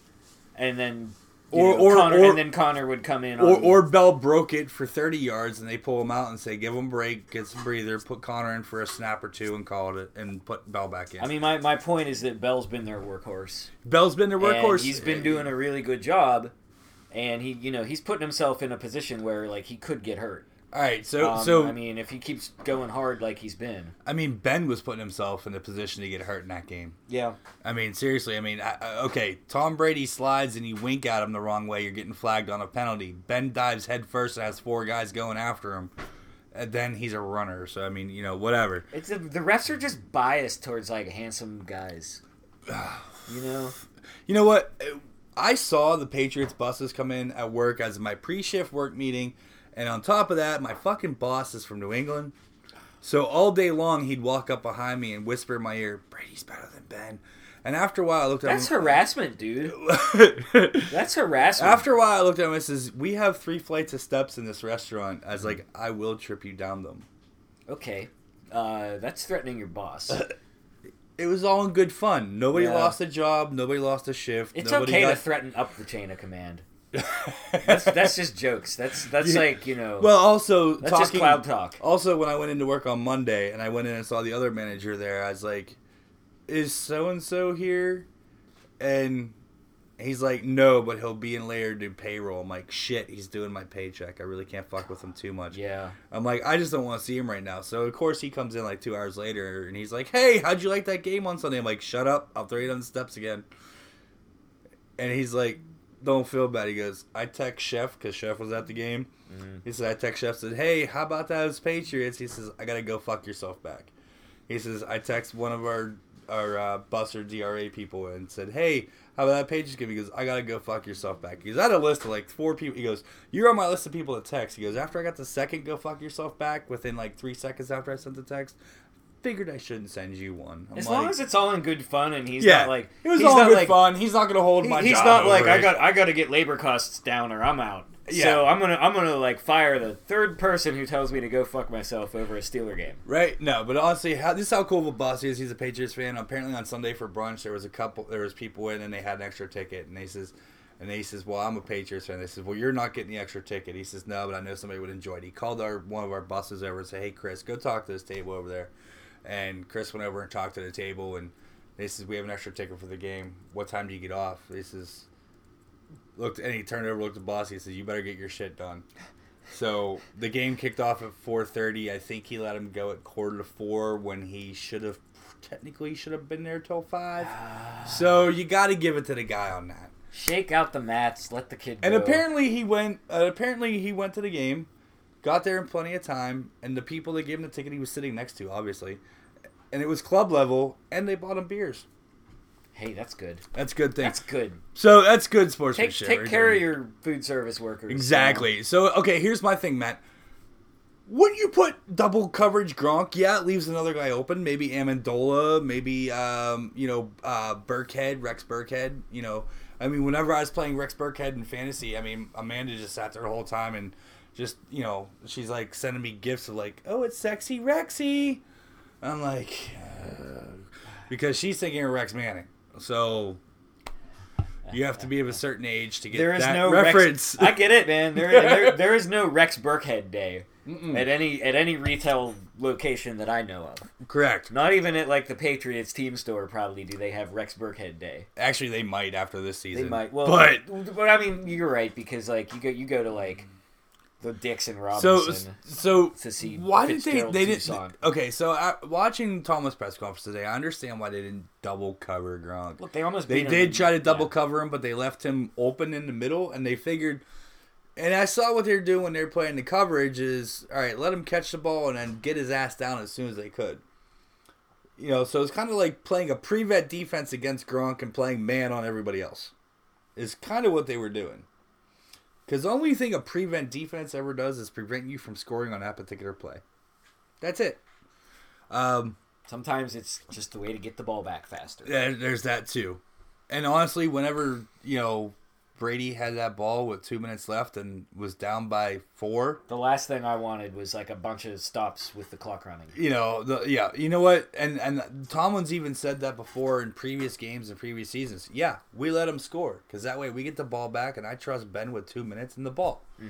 and then you Or- know, or- Connor, or- and then Connor would come in or, on, or Bell broke it for 30 yards and they pull him out and say, give him a break, get some breather, put Connor in for a snap or two and call it and put Bell back in. I mean, my, my point is that Bell's been their workhorse. Bell's been their workhorse. Eh, And he's been doing a really good job, and he, you know, he's putting himself in a position where like he could get hurt. All right, so, Um, Oh, so I mean, if he keeps going hard like he's been, I mean, Ben was putting himself in a position to get hurt in that game. yeah, I mean, seriously. I mean, I, I- okay. Tom Brady slides and you wink at him the wrong way. You're getting flagged on a penalty. Ben dives head first and has four guys going after him. And then he's a runner. So I mean, you know, whatever. it's the refs are just biased towards like handsome <sighs> guys. You Um, know, You know what? I saw the Patriots buses come in at work as my pre-shift work meeting, and on top of that, my fucking boss is from New England. So all day long, he'd walk up behind me and whisper in my ear, "Brady's better than Ben." And after a while, I looked at that's him. harassment, dude. <laughs> Her- That's harassment. After a while, I looked at him and says, "We have three flights of steps in this restaurant." Mm-hmm. I was like, "I will trip you down them." okay, uh, that's threatening <laughs> your boss. It was all in good fun. Nobody Yeah. lost a job. Nobody lost a shift. It's nobody okay got- to threaten up the chain of <laughs> command. That's that's just jokes. That's that's like you know. well, also that's talking just cloud talk. Also, when I went into work on Monday and I went in and saw the other manager there, I was like, "Is so and so here?" And he's like, "No, but he'll be in later to payroll." I'm like, "Shit, he's doing my paycheck. I really can't fuck with him too much." Yeah. I'm like, I just don't want to see him right now. So of course he comes in like two hours later and he's like, Hey, how'd you like that game on Sunday? I'm like, Shut up, I'll throw you on the steps again. And he's like, Don't feel bad. He goes, I text Chef because Chef was at the game. Mm-hmm. He said, I text Chef said, Hey, how about those Patriots? He says, I gotta go fuck yourself back. He says, I text one of our our uh, bus or DRA people and said, Hey, how about that Patriots game? He goes, I gotta go fuck yourself back. He goes, I had a list of like four people. He goes, You're on my list of people to text. He goes, After I got the second go fuck yourself back, within like three seconds after I sent the text, figured I shouldn't send you one. I'm As like, long as it's all in good fun and he's yeah, not like it was he's all not good like, fun. He's not gonna hold he- my. he's job not like over I it." got I got to get labor costs down or I'm out. Yeah. So I'm gonna I'm gonna like fire the third person who tells me to go fuck myself over a Steeler game. Right? No, but honestly, how, this is how cool of a boss is. He's a Patriots fan. Apparently, on Sunday for brunch, there was a couple, there was people in, and they had an extra ticket. And they says, and he says, "Well, I'm a Patriots fan." They says, "Well, you're not getting the extra ticket." He says, "No, but I know somebody would enjoy it." He called our one of our bosses over and said, "Hey, Chris, go talk to this table over there." And Chris went over and talked to the table, and they says, "We have an extra ticket for the game. What time do you get off?" He says, "Looked," and he turned over, looked at the boss. He says, "You better get your shit done." So the game kicked off at 4:30. I think he let him go at quarter to four when he should have technically should have been there till five. Ah. So you got to give it to the guy on that. Shake out the mats, let the kid. And go. apparently he went. Uh, apparently he went to the game, got there in plenty of time, and the people that gave him the ticket he was sitting next to, obviously, and it was club level, and they bought him beers. hey, that's good. That's good thing. That's good. so that's good Take sportsmanship. take right care there. of your food service workers. Exactly. So okay, here's my thing, Matt. Would you put double coverage Gronk? Yeah, it leaves another guy open. Maybe Amendola. Maybe um, you know uh, Burkhead, Rex Burkhead. You know, I mean, whenever I was playing Rex Burkhead in fantasy, I mean, Amanda just sat there the whole time and just you know, she's like sending me gifts of like, oh, it's sexy Rexy. I'm like, uh, because she's thinking of Rex Manning. So you have to be of a certain age to get There is that no Rex- reference. I get it, <laughs> man. There, there, there is no Rex Burkhead day at any at any retail location that I know of. Correct. Not even at like the Patriots team store probably do they have Rex Burkhead Day. Actually, they might after this season. They might. Well, but but, I mean, you're right because like you go you go to like the Dixon so Robinson. so to see why did they Fitzgerald they didn't Tucson. okay? So uh, watching Thomas press conference today, I understand why they didn't double cover Gronk. Look, they almost They beat him in- did try to double yeah. cover him, but they left him open in the middle, and they figured. And I saw what they're doing when they're playing the coverage is all right. Let him catch the ball and then get his ass down as soon as they could. You know, so it's kind of like playing a pre-vet defense against Gronk and playing man on everybody else. Is kind of what they were doing. Because the only thing a prevent defense ever does is prevent you from scoring on that particular play. That's it. Sometimes it's just the way to get the ball back faster. There, there's that too. And honestly, whenever you know Brady had that ball with two minutes left and was down by four. The last thing I wanted was like a bunch of stops with the clock running. You know, the, yeah, you know what? And and Tomlin's even said that before in previous games and previous seasons. Yeah, we let them score because that way we get the ball back, and I trust Ben with two minutes and the ball. You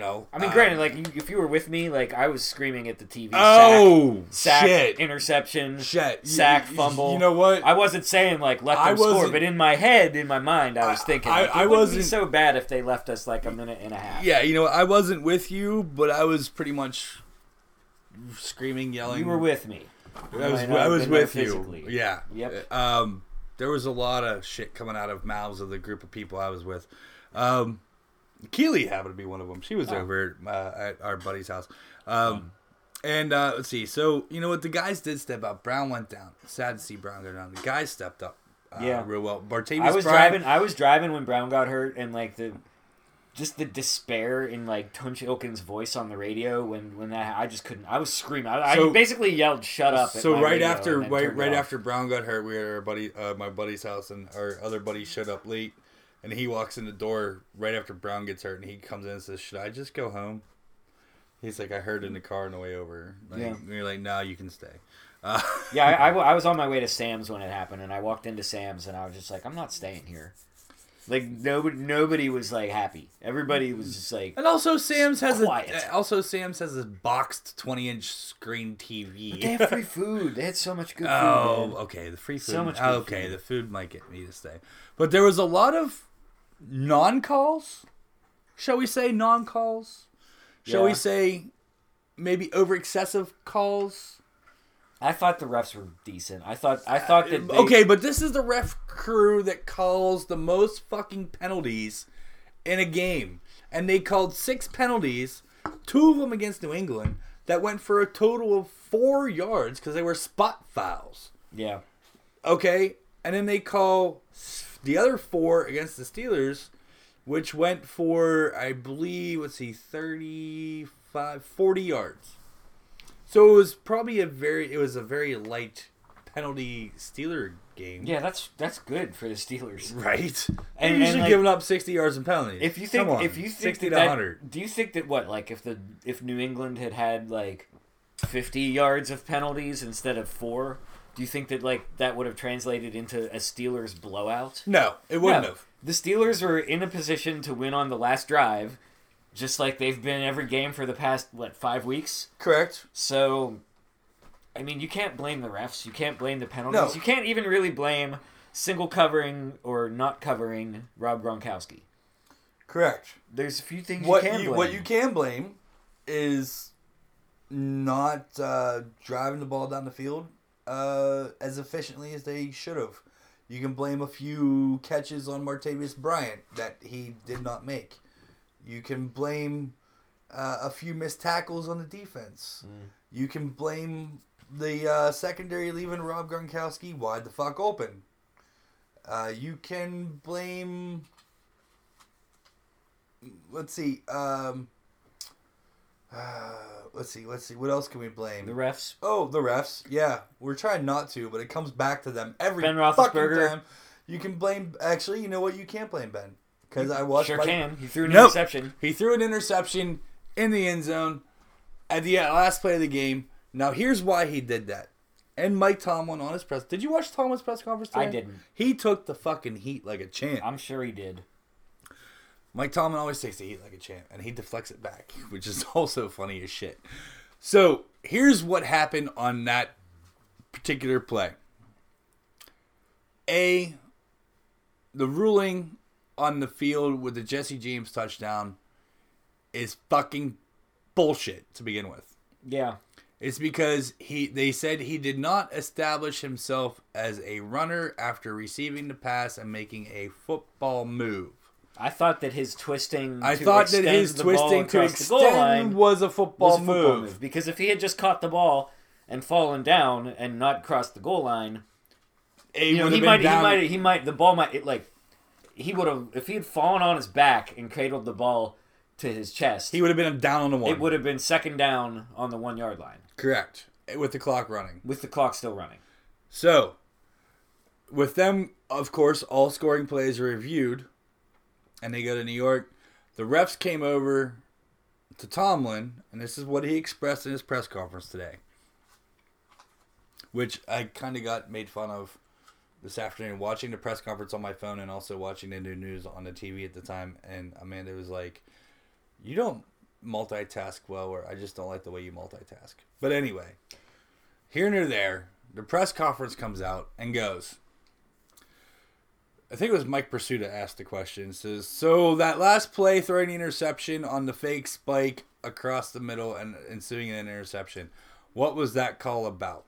know, Mm-hmm. I mean, uh, granted, like you, if you were with me, like I was screaming at the TV. Oh, sack, sack shit. interception, Shit. sack, You- you- fumble. you know what? I wasn't saying like let I them score, wasn't- but in my head, in my mind, I was I- thinking I- like, it I wouldn't be wasn't- so bad if they left us like a minute and a half. yeah, you know, I wasn't with you, but I was pretty much screaming, yelling. you were with me. I was, might not I have was been there with you. physically. Yeah. Yep. Um, there was a lot of shit coming out of mouths of the group of people I was with. Um, Keely happened to be one of them. She Oh. was over uh, at our buddy's house. Um, and uh, let's see. So you know what? The guys did step up. Brown went down. Sad to see Brown go down. The guys stepped up. Uh, Yeah. Real well. Bartavius I was Bryant- driving. I was driving when Brown got hurt, and like the just the despair in like Tunch Ilkin's voice on the radio when when that I just couldn't. I was screaming. I, So- I basically yelled, "Shut up!" at So my right radio after and then right turned it right off. after Brown got hurt, we were at our buddy uh, my buddy's house, and our other buddy showed up late, and he walks in the door right after Brown gets hurt, and he comes in and says, "Should I just go home?" He's like, "I heard in the car on the way over." Like, Yeah. and You're like, "No, you can stay." Yeah, I, I w- I was on my way to Sam's when it happened, and I walked into Sam's, and I was just like, I'm not staying here. Like nobody, nobody was like happy. Everybody was just like, And also, Sam's has Quiet. a uh, also Sam's has this boxed twenty inch screen TV. they have free food. They had so much good food. Oh, man. okay. The free food. So much good okay, food. the food might get me to stay. But there was a lot of non calls. Shall we say non calls? Shall we Yeah. say maybe over excessive calls? I thought the refs were decent. I thought, I thought that. They, okay, but this is the ref crew that calls the most fucking penalties in a game. And they called six penalties, two of them against New England, that went for a total of four yards because they were spot fouls. yeah, Okay, and then they call the other four against the Steelers, which went for I believe let's see 35 40 yards. So it was probably a very it was a very light penalty Steeler game. yeah, that's that's good for the Steelers. Right. And- And, and, usually like- giving up 60 yards in penalties. If you think, Come on, if you think 60 that, to 100. do you think that what like if the if New England had had like fifty yards of penalties instead of four, do you think that like that would have translated into a Steelers blowout? No, it wouldn't No. have. The Steelers were in a position to win on the last drive, just like they've been every game for the past what five weeks. Correct. So, I mean, you can't blame the refs. You can't blame the penalties. No. You can't even really blame single covering or not covering Rob Gronkowski. Correct. There's a few things what you you, can blame. what you can blame is not uh, driving the ball down the field uh, as efficiently as they should have. You can blame a few catches on Martavius Bryant that he did not make. You can blame uh, a few missed tackles on the defense. Mm. You can blame the uh, secondary leaving Rob Gronkowski wide the fuck open. Uh, you can blame let's see. Um, uh, let's see. Let's see. What else can we blame? the refs. oh, the refs. Yeah, we're trying not to, but it comes back to them every Ben fucking Roethlisberger. time. You can blame. Actually, you know what? You can't blame Ben because I watched. Sure my- can. He threw an Nope. interception. He threw an interception in the end zone at the uh, last play of the game. Now here's why he did that. And Mike Tomlin on his press. Did you watch Tomlin's press conference? Today? I didn't. He took the fucking heat like a champ. I'm sure he did. Mike Tomlin always takes the heat like a champ, and he deflects it back, <laughs> which is also funny as shit. So here's what happened on that particular play. A, the ruling on the field with the Jesse James touchdown is fucking bullshit to begin with. Yeah. It's because he they said he did not establish himself as a runner after receiving the pass and making a football move. I thought that his twisting. I to thought that extend his the ball twisting to across the goal line extend was a football, was a football move. move. Because if he had just caught the ball and fallen down and not crossed the goal line, It you know, would have he been might, he down- might, he might, the ball might, it, like, he would have, if he had fallen on his back and cradled the ball to his chest, he would have been down on the one. it would have been second down on the one yard line correct with the clock running. with the clock still running. So, with them, of course, all scoring plays are reviewed and they go to New York. The refs came over to Tomlin, and this is what he expressed in his press conference today, which I kind of got made fun of this afternoon watching the press conference on my phone and also watching the new news on the TV at the time. And Amanda was like, You don't multitask well, or I just don't like the way you multitask. But anyway, here nor there, the press conference comes out and goes. I think it was Mike Pursuta asked the question. Says so that last play throwing the interception on the fake spike across the middle and ensuing an interception. What was that call about?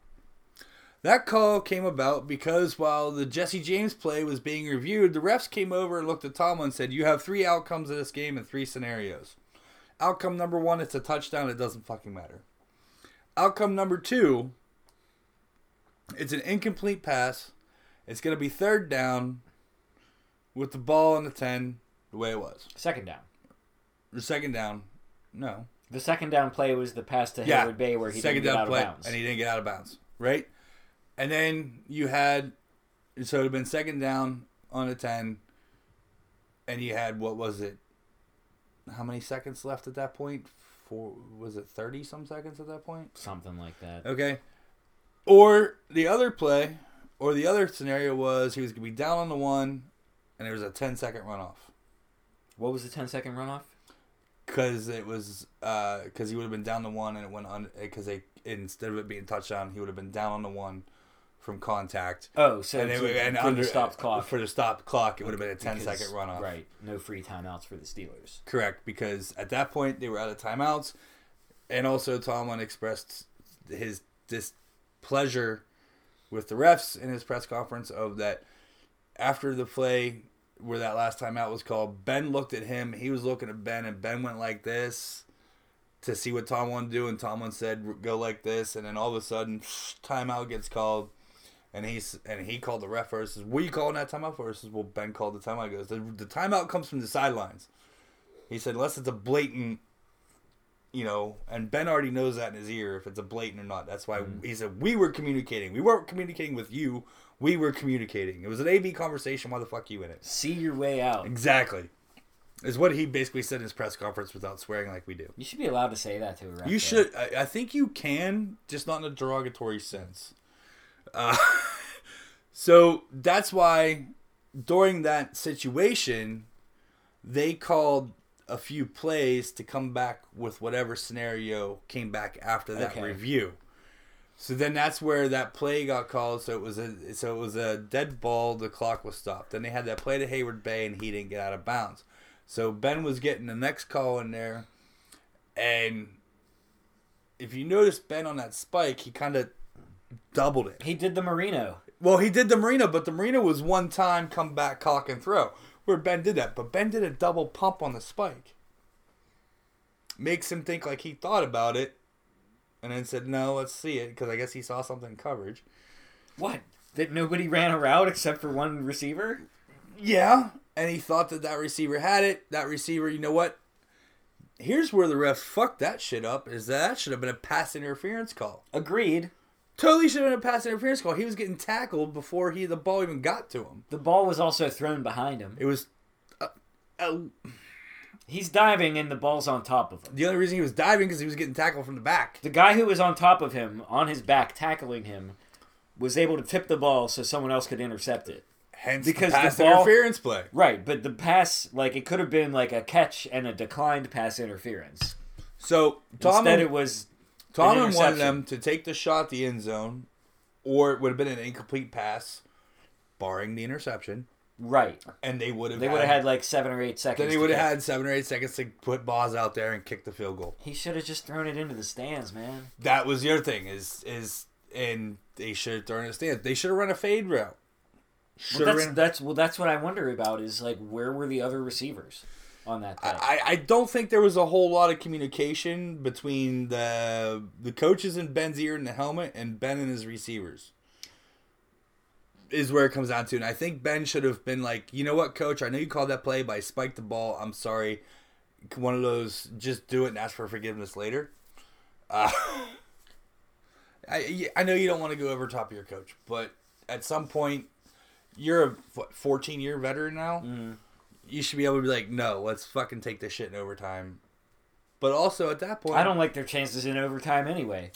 That call came about because while the Jesse James play was being reviewed, the refs came over and looked at Tomlin and said, "You have three outcomes of this game and three scenarios. Outcome number one, it's a touchdown. It doesn't fucking matter. Outcome number two, it's an incomplete pass. It's going to be third down." with the ball on the 10 the way it was. Second down. Or second down. No. The second down play was the pass to Yeah. Hayward Bay where he didn't get out of bounds. And he didn't get out of bounds. Right? And then you had, so it would have been second down on the 10. And you had, what was it? How many seconds left at that point? Four, was it 30 some seconds at that point? Something like that. Okay. Or the other play, or the other scenario was he was going to be down on the one, and there was a 10 second runoff. What was the 10 second runoff? because it was because he would have been down to one and it went on because they instead of it being touchdown he would have been down on the one from contact Oh, so and, it, to- would- and for under uh, the stopped clock. for the stop clock it would have been a 10 Because- second runoff Right. No free timeouts for the Steelers. correct because at that point they were out of timeouts and also Tomlin expressed his displeasure with the refs in his press conference of that after the play where that last timeout was called, Ben looked at him. He was looking at Ben, and Ben went like this to see what Tomlin do, and Tomlin said go like this, and then all of a sudden <sniffs> timeout gets called. And he's and he called the ref first. Says, "What are you calling that timeout for?" He Says, "Well, Ben called the timeout." He goes, "The, the timeout comes from the sidelines." He said, "Unless it's a blatant you know, and Ben already knows that in his ear if it's a blatant or not. That's why he said we were communicating. We weren't communicating with you. We were communicating. It was an AB conversation. Why the fuck you in it? See your way out. Exactly, is what he basically said in his press conference without swearing like we do. You should be allowed to say that to a ref. You though. should. I, I think you can, just not in a derogatory sense. Uh, <laughs> so that's why during that situation, they called a few plays to come back with whatever scenario came back after that Okay. review. So then that's where that play got called. So it was a so it was a dead ball. The clock was stopped. Then they had that play to Hayward Bay, and he didn't get out of bounds. So Ben was getting the next call in there, and if you notice Ben on that spike, he kind of doubled it. He did the Marino. Well, he did the Marina, but the Marina was one time come back, cock and throw, where Ben did that. But Ben did a double pump on the spike. Makes him think like he thought about it, and then said, "No, let's see it," because I guess he saw something in coverage. What? That nobody ran a route except for one receiver? Yeah, and he thought that that receiver had it. That receiver, you know what? Here's where the ref fucked that shit up. Is that, that should have been a pass interference call. Agreed. Totally should have been a pass interference call. He was getting tackled before he the ball even got to him. The ball was also thrown behind him. It was. Uh, uh, He's diving and the ball's on top of him. the only reason he was diving because he was getting tackled from the back. The guy who was on top of him, on his back, tackling him, was able to tip the ball so someone else could intercept it. Hence Because the pass the ball- interference play. Right, but the pass, like, it could have been like a catch and a declined pass interference. So Instead, Tomlin, it was Tomlin wanted interception. them to take the shot the end zone, or it would have been an incomplete pass, barring the interception, right. and they would have. They would have had like seven or eight seconds. Then they to would have catch. had seven or eight seconds to put Boz out there and kick the field goal. He should have just thrown it into the stands, man. That was your thing. Is is and they should have thrown a stance. They should have run a fade route. Well, Should have that's run. that's well, that's what I wonder about is like where were the other receivers on that day? I, I don't think there was a whole lot of communication between the the coaches in Ben's ear and the helmet and Ben and his receivers. Is where it comes down to. And I think Ben should have been like, you know what, coach, I know you called that play, but I spiked the ball. I'm sorry. One of those just do it and ask for forgiveness later. Uh, I I know you don't want to go over top of your coach, Mm-hmm. but at some point you're a what, 14 year veteran now you should be able to be like, no, let's fucking take this shit in overtime. But also at that point, I don't like their chances in overtime anyway.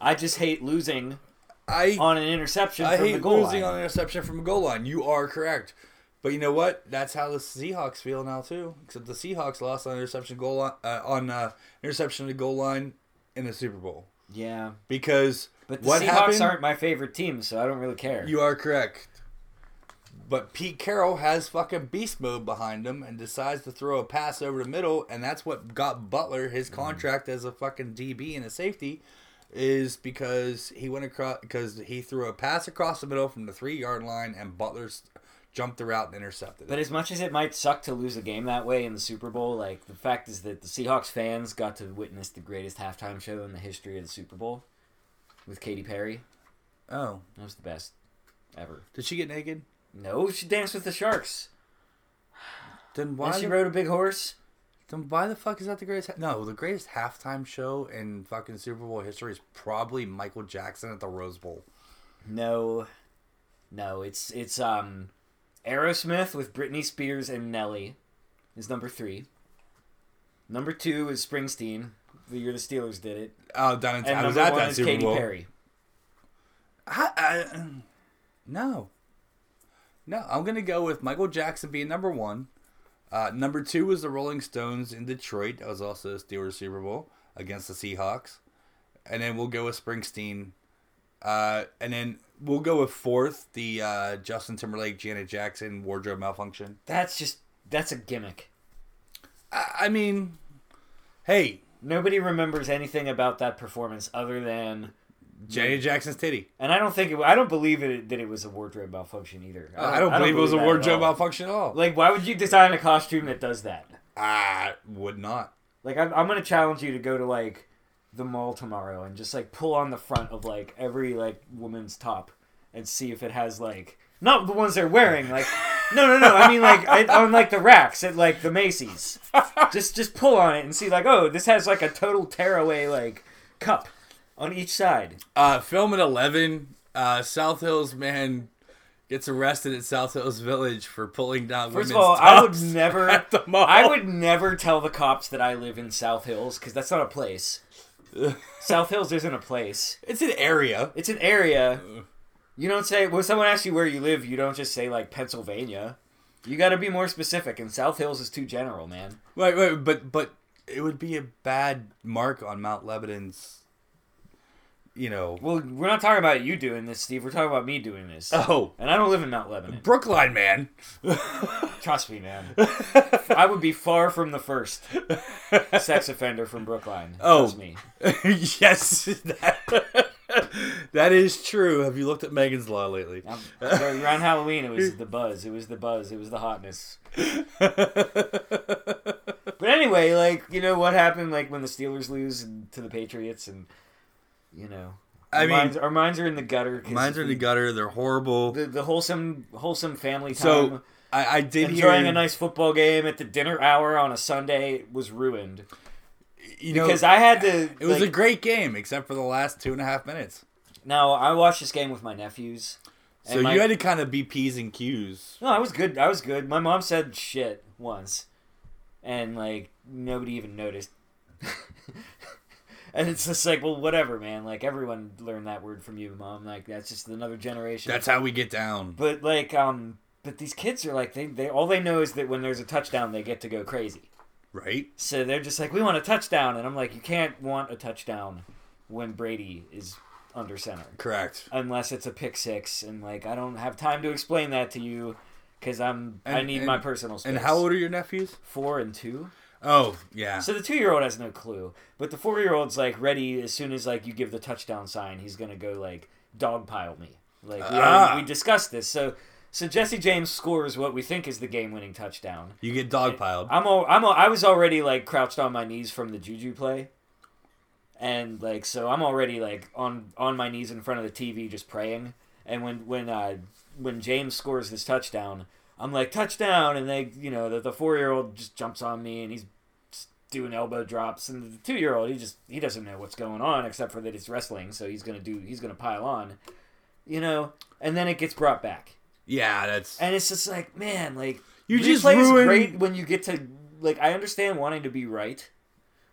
I just hate losing I on an interception I from hate the goal losing line. on an interception from a goal line. You are correct. But you know what? That's how the Seahawks feel now too. Except the Seahawks lost on interception goal line, uh, on uh, interception to goal line in the Super Bowl yeah, because but the what Seahawks happened? aren't my favorite team, so I don't really care. You are correct. But Pete Carroll has fucking beast mode behind him and decides to throw a pass over the middle, and that's what got Butler his Mm-hmm. contract as a fucking DB and a safety, is because he went across because he threw a pass across the middle from the three yard line, and Butler s- jumped the route and intercepted But it. as much as it might suck to lose a game that way in the Super Bowl, like the fact is that the Seahawks fans got to witness the greatest halftime show in the history of the Super Bowl with Katy Perry. Oh, That was the best ever. did she get naked? No, she danced with the Sharks. Then why? When she the- rode a big horse. then why the fuck is that the greatest? Ha- no, the greatest halftime show in fucking Super Bowl history is probably Michael Jackson at the Rose Bowl. No, no, it's it's um, Aerosmith with Britney Spears and Nelly is number three. Number two is Springsteen, the year the Steelers did it, Oh, down in and I was number at one that is Super Katy Bowl. Perry. I, I, no. No, I'm going to go with Michael Jackson being number one. Uh, number two was the Rolling Stones in Detroit. That was also a Steelers Super Bowl against the Seahawks. And then we'll go with Springsteen. Uh, and then we'll go with fourth, the uh, Justin Timberlake, Janet Jackson wardrobe malfunction. That's just that's a gimmick. I, I mean, hey, Nobody remembers anything about that performance other than, Janet Jackson's titty. and I don't think it, I don't believe it, that it was a wardrobe malfunction either. I don't, believe it was a that at wardrobe all. malfunction at all. Like, why would you design a costume that does that? I would not. Like I'm, I'm gonna challenge you to go to like the mall tomorrow and just like pull on the front of like every like woman's top and see if it has like not the ones they're wearing like no no no I mean like I, on like the racks at like the Macy's just just pull on it and see like oh this has like a total tearaway like cup on each side Uh, film at 11. Uh, South Hills man gets arrested at South Hills Village for pulling down First women's of all, I <laughs> would tops never. at the mall. I would never tell the cops that I live in South Hills because that's not a <laughs> place. South Hills isn't a place. It's an area. It's an area. You don't say when someone asks you where you live, you don't just say like Pennsylvania. You got to be more specific, and South Hills is too general, man. Right, right, but but it would be a bad mark on Mount Lebanon's. You know, Well, we're not talking about you doing this, Steve. We're talking about me doing this. oh, And I don't live in Mount Lebanon. Brookline man. <laughs> Trust me, man. I would be far from the first sex offender from Brookline. Oh. Trust me. yes, that, <laughs> that is true. Have you looked at Megan's Law lately? Um, around Halloween, <laughs> it was the buzz. It was the buzz. It was the hotness. but anyway, like you know what happened, like when the Steelers lose and- to the Patriots, and you know, I our mean- minds, our minds are in the gutter. 'cause Mines are in the gutter. They're horrible. the, the wholesome wholesome family time. so I, I did enjoying hear a nice football game at the dinner hour on a Sunday was ruined you know, because I had to. It was like, a great game, except for the last two and a half minutes. now I watched this game with my nephews. So my- you had to kind of be p's and q's. No, I was good. I was good. My mom said shit once, and like nobody even noticed. <laughs> and it's just like, well, whatever, man. Like everyone learned that word from you, mom. Like that's just another generation. That's how we get down. But like, um, but these kids are like, they they all they know is that when there's a touchdown, they get to go crazy. Right? So they're just like, we want a touchdown, and I'm like, you can't want a touchdown when Brady is under center Correct. unless it's a pick six, and like I don't have time to explain that to you because I'm I And- need and- my personal space. And how old are your nephews? Four and two. Oh, yeah. So the two year old has no clue, but the four year old's like ready as soon as like you give the touchdown sign, he's gonna go like dogpile me. Like we, Ah. already- we discussed this, so. So Jesse James scores what we think is the game-winning touchdown. You get dogpiled. I'm all, I'm all, I was already like crouched on my knees from the juju play, and like so I'm already like on on my knees in front of the TV just praying. And when when uh, when James scores this touchdown, I'm like touchdown, and they you know the, the four year old just jumps on me and he's just doing elbow drops, and the two year old he just he doesn't know what's going on except for that it's wrestling, so he's gonna do he's gonna pile on, you know. And then it gets brought back, Yeah, that's. and it's just like man, like You just Replay is ruined. great when you get to like. I understand wanting to be right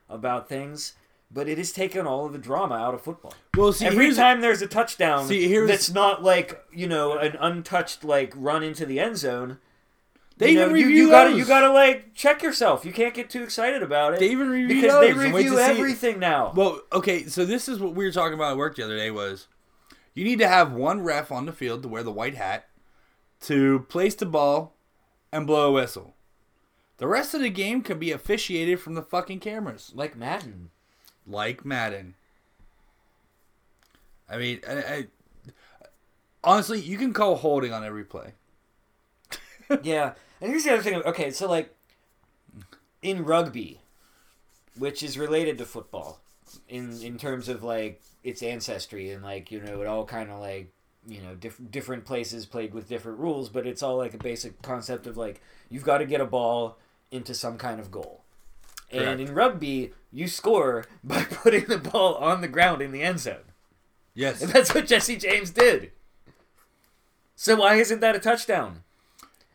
about things, but it has taken all of the drama out of football. Well, see, Every here's- time there's a touchdown See, here's- that's not like you know an untouched like run into the end zone. they you know, even you- review you, gotta those. you gotta like check yourself. You can't get too excited about it. They even review because they those and wait review to see- everything now. Well, okay, so this is what we were talking about at work the other day was you need to have one ref on the field to wear the white hat to place the ball and blow a whistle. The rest of the game could be officiated from the fucking cameras, like Madden. like Madden. I mean, I, I, honestly, you can call holding on every play. Yeah, and here's the other thing. Okay, so like in rugby, which is related to football, in in terms of like its ancestry and like you know it all kind of like you know diff- different places played with different rules, but it's all like a basic concept of like you've got to get a ball into some kind of goal. And Correct. in rugby, you score <laughs> by putting the ball on the ground in the end zone. Yes. And <laughs> that's what Jesse James did. So why isn't that a touchdown?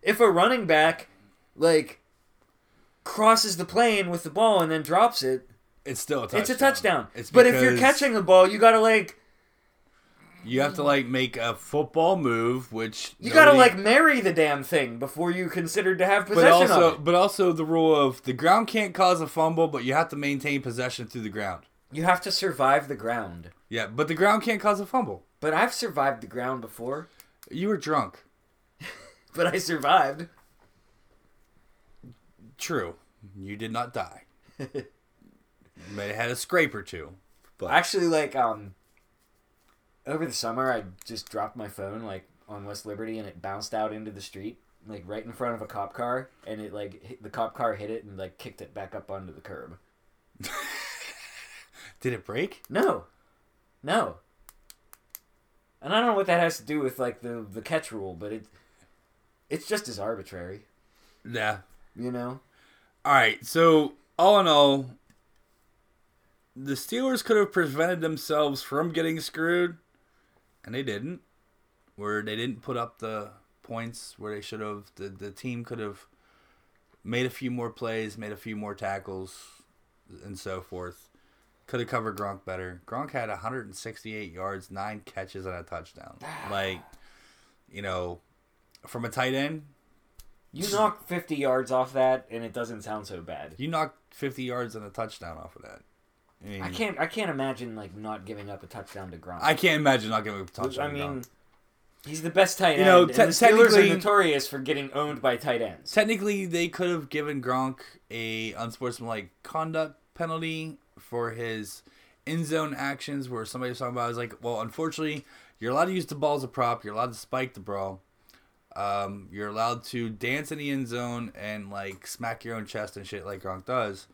If a running back like crosses the plane with the ball and then drops it, It's still a touchdown. it's a touchdown. It's but if you're because catching the ball, you gotta like you have to like make a football move, which you gotta nobody- like marry the damn thing before you considered to have But possession also, of it. but also the rule of the ground can't cause a fumble, but you have to maintain possession through the ground. You have to survive the ground. Yeah, but the ground can't cause a fumble. But I've survived the ground before. You were drunk. But I survived. True, you did not <laughs> die. you may have had a scrape or two. Actually, like um, over the summer, I just dropped my phone like on West Liberty, and it bounced out into the street, like right in front of a cop car, and it like hit, the cop car hit it and like kicked it back up onto the curb. Did it break? No, no. And I don't know what that has to do with like the the catch rule, but it it's just as arbitrary, Nah. you know. All right. So all in all, the Steelers could have prevented themselves from getting screwed, and they didn't. Where they didn't put up the points where they should have. The the team could have made a few more plays, made a few more tackles, and so forth. Could have covered Gronk better. Gronk had 168 yards, nine catches, and a touchdown. Like, you know, from a tight end, You knock fifty yards off that, and it doesn't sound so bad. You knocked 50 yards and a touchdown off of that. I, mean, I can't I can't imagine like not giving up a touchdown to Gronk. I can't imagine not giving up a touchdown. I no. mean, he's the best tight end. You know, and te- the Steelers technically- are notorious for getting owned by tight ends. technically they could have given Gronk a unsportsmanlike conduct penalty for his end zone actions, where somebody was talking about. I was like, well, unfortunately, you're allowed to use the ball as a prop. You're allowed to spike the ball. Um, you're allowed to dance in the end zone and like smack your own chest and shit like Gronk does.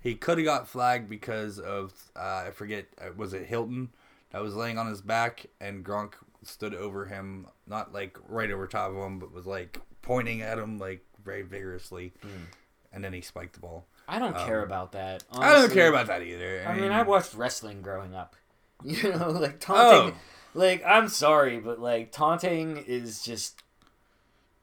He could have got flagged because of uh, I forget uh, was it Hilton that was laying on his back and Gronk stood over him, not like right over top of him, but was like pointing at him like very vigorously, Hmm. and then he spiked the ball. I don't care about that. Um, I don't honestly. care about that either. I mean, I watched wrestling growing up. <laughs> You know, like Oh. taunting. Like I'm sorry, but like taunting is just.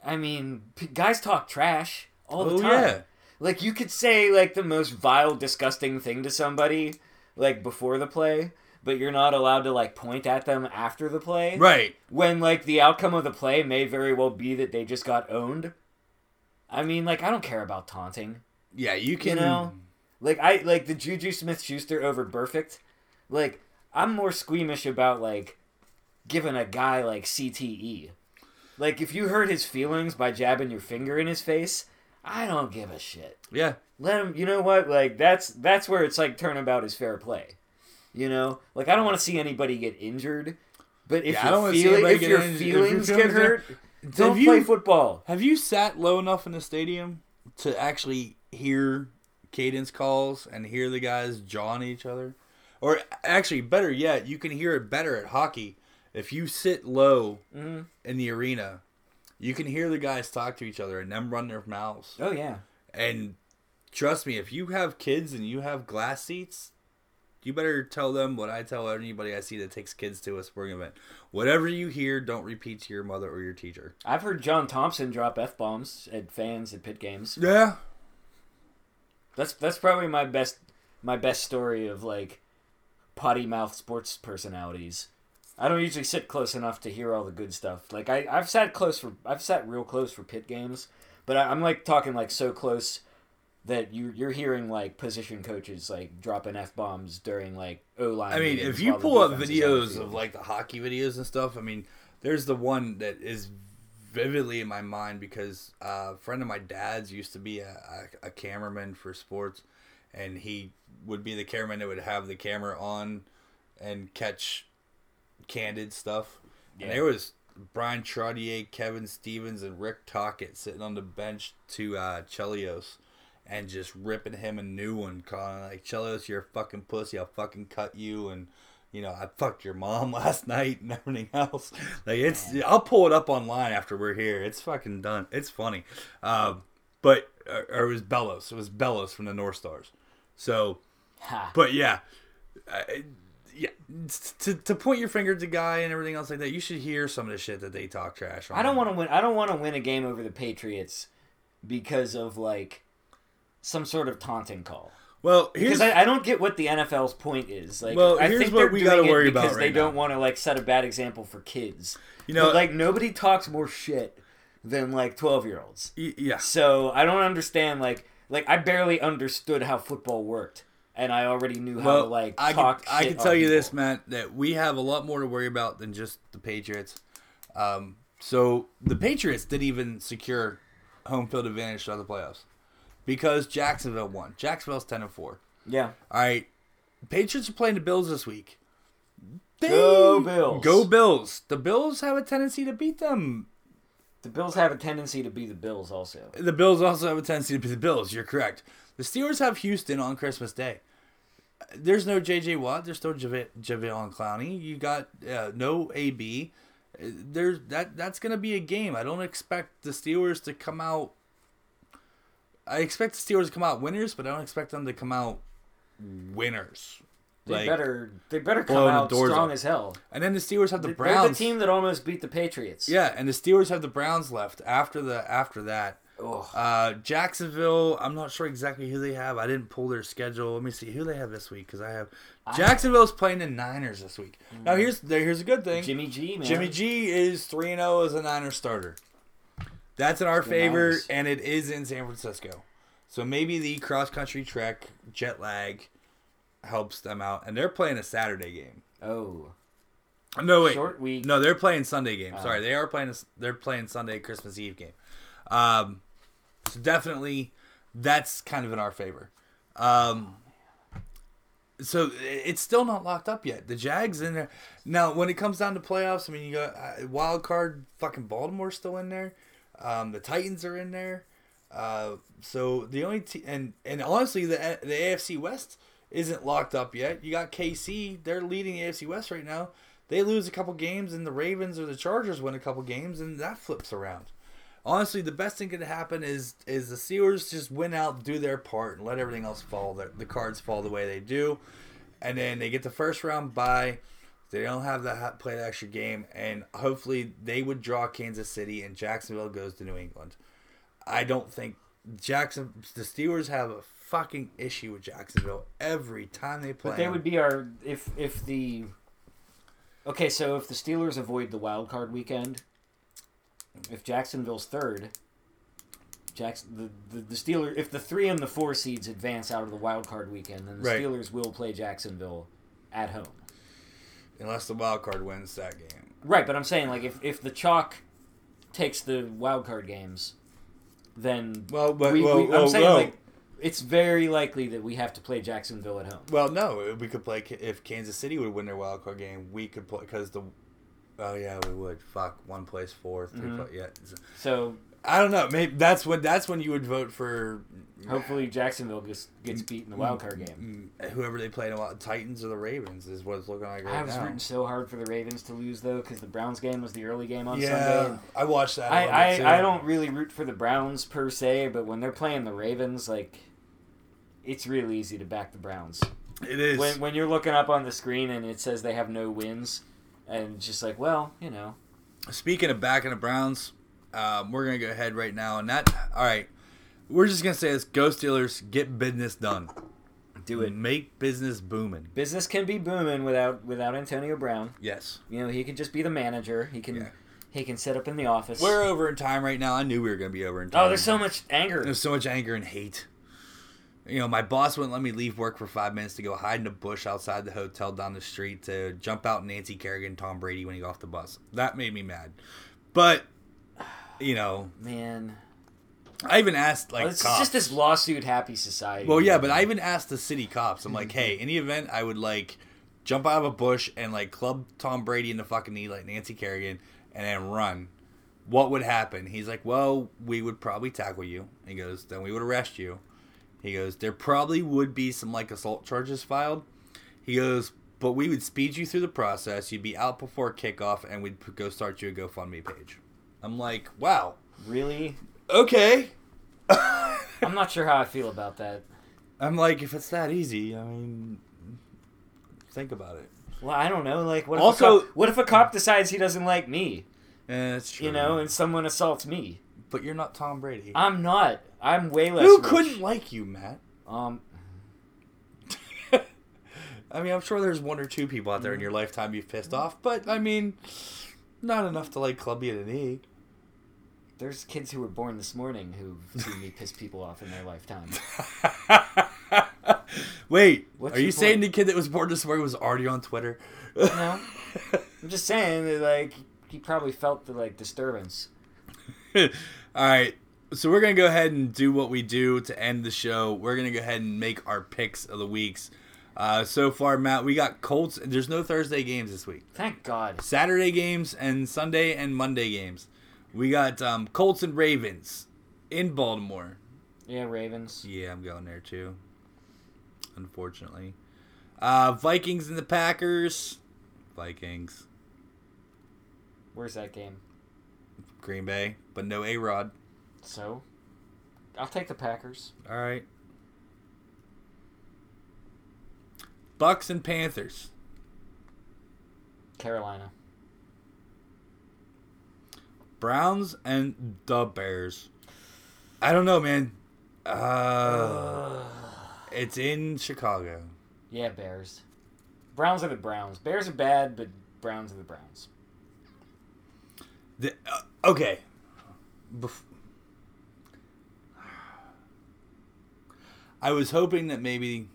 I mean, p- guys talk trash all the Oh, time. yeah. Like you could say like the most vile, disgusting thing to somebody like before the play, but you're not allowed to like point at them after the play. right. when like the outcome of the play may very well be that they just got owned. I mean, like I don't care about taunting, Yeah, you you can. know. Like I like the Juju Smith Schuster over Perfect. Like I'm more squeamish about like giving a guy like CTE. Like if you hurt his feelings by jabbing your finger in his face, I don't give a shit. Yeah. Let him. You know what? Like that's that's where it's like turnabout is fair play. You know, like I don't want to see anybody get injured, but if Yeah, I don't you're wanna see feeling, anybody if get your injured- if your feelings get feelings get- hurt, don't you- play football. Have you sat low enough in the stadium to actually hear cadence calls and hear the guys jawing each other? Or actually, better yet, you can hear it better at hockey. If you sit low in the arena, you can hear the guys talk to each other and them run their mouths. Oh yeah, And trust me, if you have kids and you have glass seats, You better tell them what I tell anybody I see that takes kids to a sporting event. Whatever you hear, don't repeat to your mother or your teacher. I've heard John Thompson drop f bombs at fans at pit games. Yeah. That's that's probably my best my best story of like potty mouth sports personalities. I don't usually sit close enough to hear all the good stuff. Like I I've sat close for I've sat real close for pit games, but I, I'm like talking like so close that you you're hearing like position coaches like dropping f bombs during like O line. I mean, if you pull up videos of like the hockey videos and stuff, I mean, there's the one that is vividly in my mind because uh, a friend of my dad's used to be a, a, a cameraman for sports, and he would be the cameraman that would have the camera on and catch candid stuff. And Yeah. there was Brian Trottier, Kevin Stevens, and Rick Tockett sitting on the bench to uh, Chelios and just ripping him a new one, calling like Chelios, you're a fucking pussy. I'll fucking cut you and. You know, I fucked your mom <laughs> last night and everything else. Like it's, I'll pull it up online after we're here. It's fucking done. It's funny, um, but or, or it was Bellows. It was Bellows from the North Stars. So Ha. but yeah, I- yeah. To, to point your finger at the guy and everything else like that, you should hear some of the shit that they talk trash on. I don't want to win. I don't want to win a game over the Patriots because of like some sort of taunting call. Well, here's Because I, I don't get what the NFL's point is. Like, Well, I here's think what they're we doing gotta it worry about because they right don't want to like set a bad example for kids. You know- But, like nobody talks more shit than like twelve year olds. y- yeah. So I don't understand. Like, like I barely understood how football worked, and I already knew how Well, to like I can, talk. I shit can on tell you people. this, Matt, that we have a lot more to worry about than just the Patriots. Um, so the Patriots didn't even secure home field advantage throughout the playoffs because Jacksonville won. Jacksonville's ten and four. Yeah. All right, Patriots are playing the Bills this week. They- Go Bills. Go Bills! The Bills have a tendency to beat them The Bills have a tendency to be the Bills, also. The Bills also have a tendency to be the Bills. You're correct. The Steelers have Houston on Christmas Day. There's no J.J. Watt. There's no Jav- Javale Clowney. You got uh, no A.B. Uh, There's that. That's gonna be a game. I don't expect the Steelers to come out. I expect the Steelers to come out winners, but I don't expect them to come out winners. They Like- better they better come blowing the out doors strong off. as hell. And then the Steelers have the They're Browns. the team that almost beat the Patriots. Yeah, and the Steelers have the Browns left after the after that. Ugh. Uh, Jacksonville, I'm not sure exactly who they have. I didn't pull their schedule. Let me see who they have this week because I have Jacksonville's playing the Niners this week. Now here's there, here's a good thing. Mm. Jimmy G, man. Jimmy G is three and zero as a Niners starter. That's in our the favor, Niners. and it is in San Francisco. So maybe the cross country trek jet lag helps them out, and they're playing a Saturday game. Oh. No wait, Short week. Oh. No, they're playing Sunday game. Sorry, they are playing. A, they're playing Sunday Christmas Eve game. Um, so definitely, that's kind of in our favor. Um, so i- it's still not locked up yet. The Jags in there now. When it comes down to playoffs, I mean, you got uh, wild card. Fucking Baltimore's still in there. Um, the Titans are in there. Uh, so the only te- and and honestly, the the AFC West isn't locked up yet. You got KC; they're leading the AFC West right now. They lose a couple games, and the Ravens or the Chargers win a couple games, and that flips around. Honestly, the best thing that could happen is is the Steelers just win out, do their part, and let everything else fall. The, the cards fall the way they do, and then they get the first round bye. They don't have that hot play the extra game, and hopefully they would draw Kansas City, and Jacksonville goes to New England. I don't think Jackson the Steelers have a fucking issue with Jacksonville every time they play. But they them. would be our if if the Okay, so if the Steelers avoid the wild card weekend, if Jacksonville's third, Jackson the, the, the Steelers if the three and the four seeds advance out of the wild card weekend, then the Right. Steelers will play Jacksonville at home. unless the wild card wins that game. Right, but I'm saying like if, if the chalk takes the wild card games, then Well, but- we, well, we, I'm well, saying well. like it's very likely that we have to play Jacksonville at home. Well, no, we could play if Kansas City would win their wild card game. We could play because the oh yeah we would fuck one place 4th three Mm-hmm. pla- yeah. So I don't know. Maybe that's when that's when you would vote for hopefully Jacksonville just gets beat in the wild card game. Mm. whoever they play in a lot. Titans or the Ravens is what it's looking like right I was now. rooting so hard for the Ravens to lose though because the Browns game was the early game on Sunday. yeah, and I watched that. a I, little bit, too. I, I don't really root for the Browns per se, but when they're playing the Ravens, like it's real easy to back the Browns. It is. when when you're looking up on the screen and it says they have no wins, and it's just like, well, you know, Speaking of back in the Browns, um, we're gonna go ahead right now and that. All right, we're just gonna say this: Go Steelers, get business done. do it. Make business booming. Business can be booming without without Antonio Brown. Yes. You know, he could just be the manager. He can Yeah. he can set up in the office. <laughs> We're over in time right now. I knew we were gonna be over in time. oh, there's so much anger. There's so much anger and hate. You know, my boss wouldn't let me leave work for five minutes to go hide in a bush outside the hotel down the street to jump out Nancy Kerrigan, Tom Brady when he got off the bus. That made me mad. But you know, Man, I even asked like it's cops. just this lawsuit happy society. Well, yeah, but I even asked the city cops. I'm like, hey, any event, I would like jump out of a bush and like club Tom Brady in the fucking knee like Nancy Kerrigan, and then run. What would happen? He's like, well, we would probably tackle you. He goes, then we would arrest you. He goes, there probably would be some like assault charges filed. He goes, but we would speed you through the process. You'd be out before kickoff, and we'd p- go start you a GoFundMe page. I'm like, wow, really, okay. <laughs> I'm not sure how I feel about that. I'm like, if it's that easy, I mean, think about it. Well, I don't know. Like, what if Also- a cop, what if a cop decides he doesn't like me? Yeah, that's true. You know, and someone assaults me. but you're not Tom Brady. I'm not. I'm way less. Who rich. couldn't like you, Matt? Um, I mean, I'm sure there's one or two people out there in your lifetime you've pissed off, but I mean, not enough to like club you to knee. there's kids who were born this morning who've seen me piss people off in their lifetime. <laughs> Wait, What's are you your saying point? the kid that was born this morning was already on Twitter? <laughs> No, I'm just saying that like he probably felt the like disturbance. All right. So we're gonna go ahead and do what we do to end the show. We're gonna go ahead and make our picks of the weeks. Uh, so far, Matt, we got Colts. There's no Thursday games this week. Thank God. Saturday games and Sunday and Monday games. We got um, Colts and Ravens in Baltimore. Yeah, Ravens. Yeah, I'm going there too. Unfortunately, uh, Vikings and the Packers. Vikings, Where's that game? Green Bay, but no A Rod. So, I'll take the Packers. All right. Bucks and Panthers. Carolina. Browns and the Bears. I don't know, man. Uh, it's in Chicago. Yeah, Bears. Browns are the Browns. Bears are bad, but Browns are the Browns. The, uh, okay. Bef- I was hoping that maybe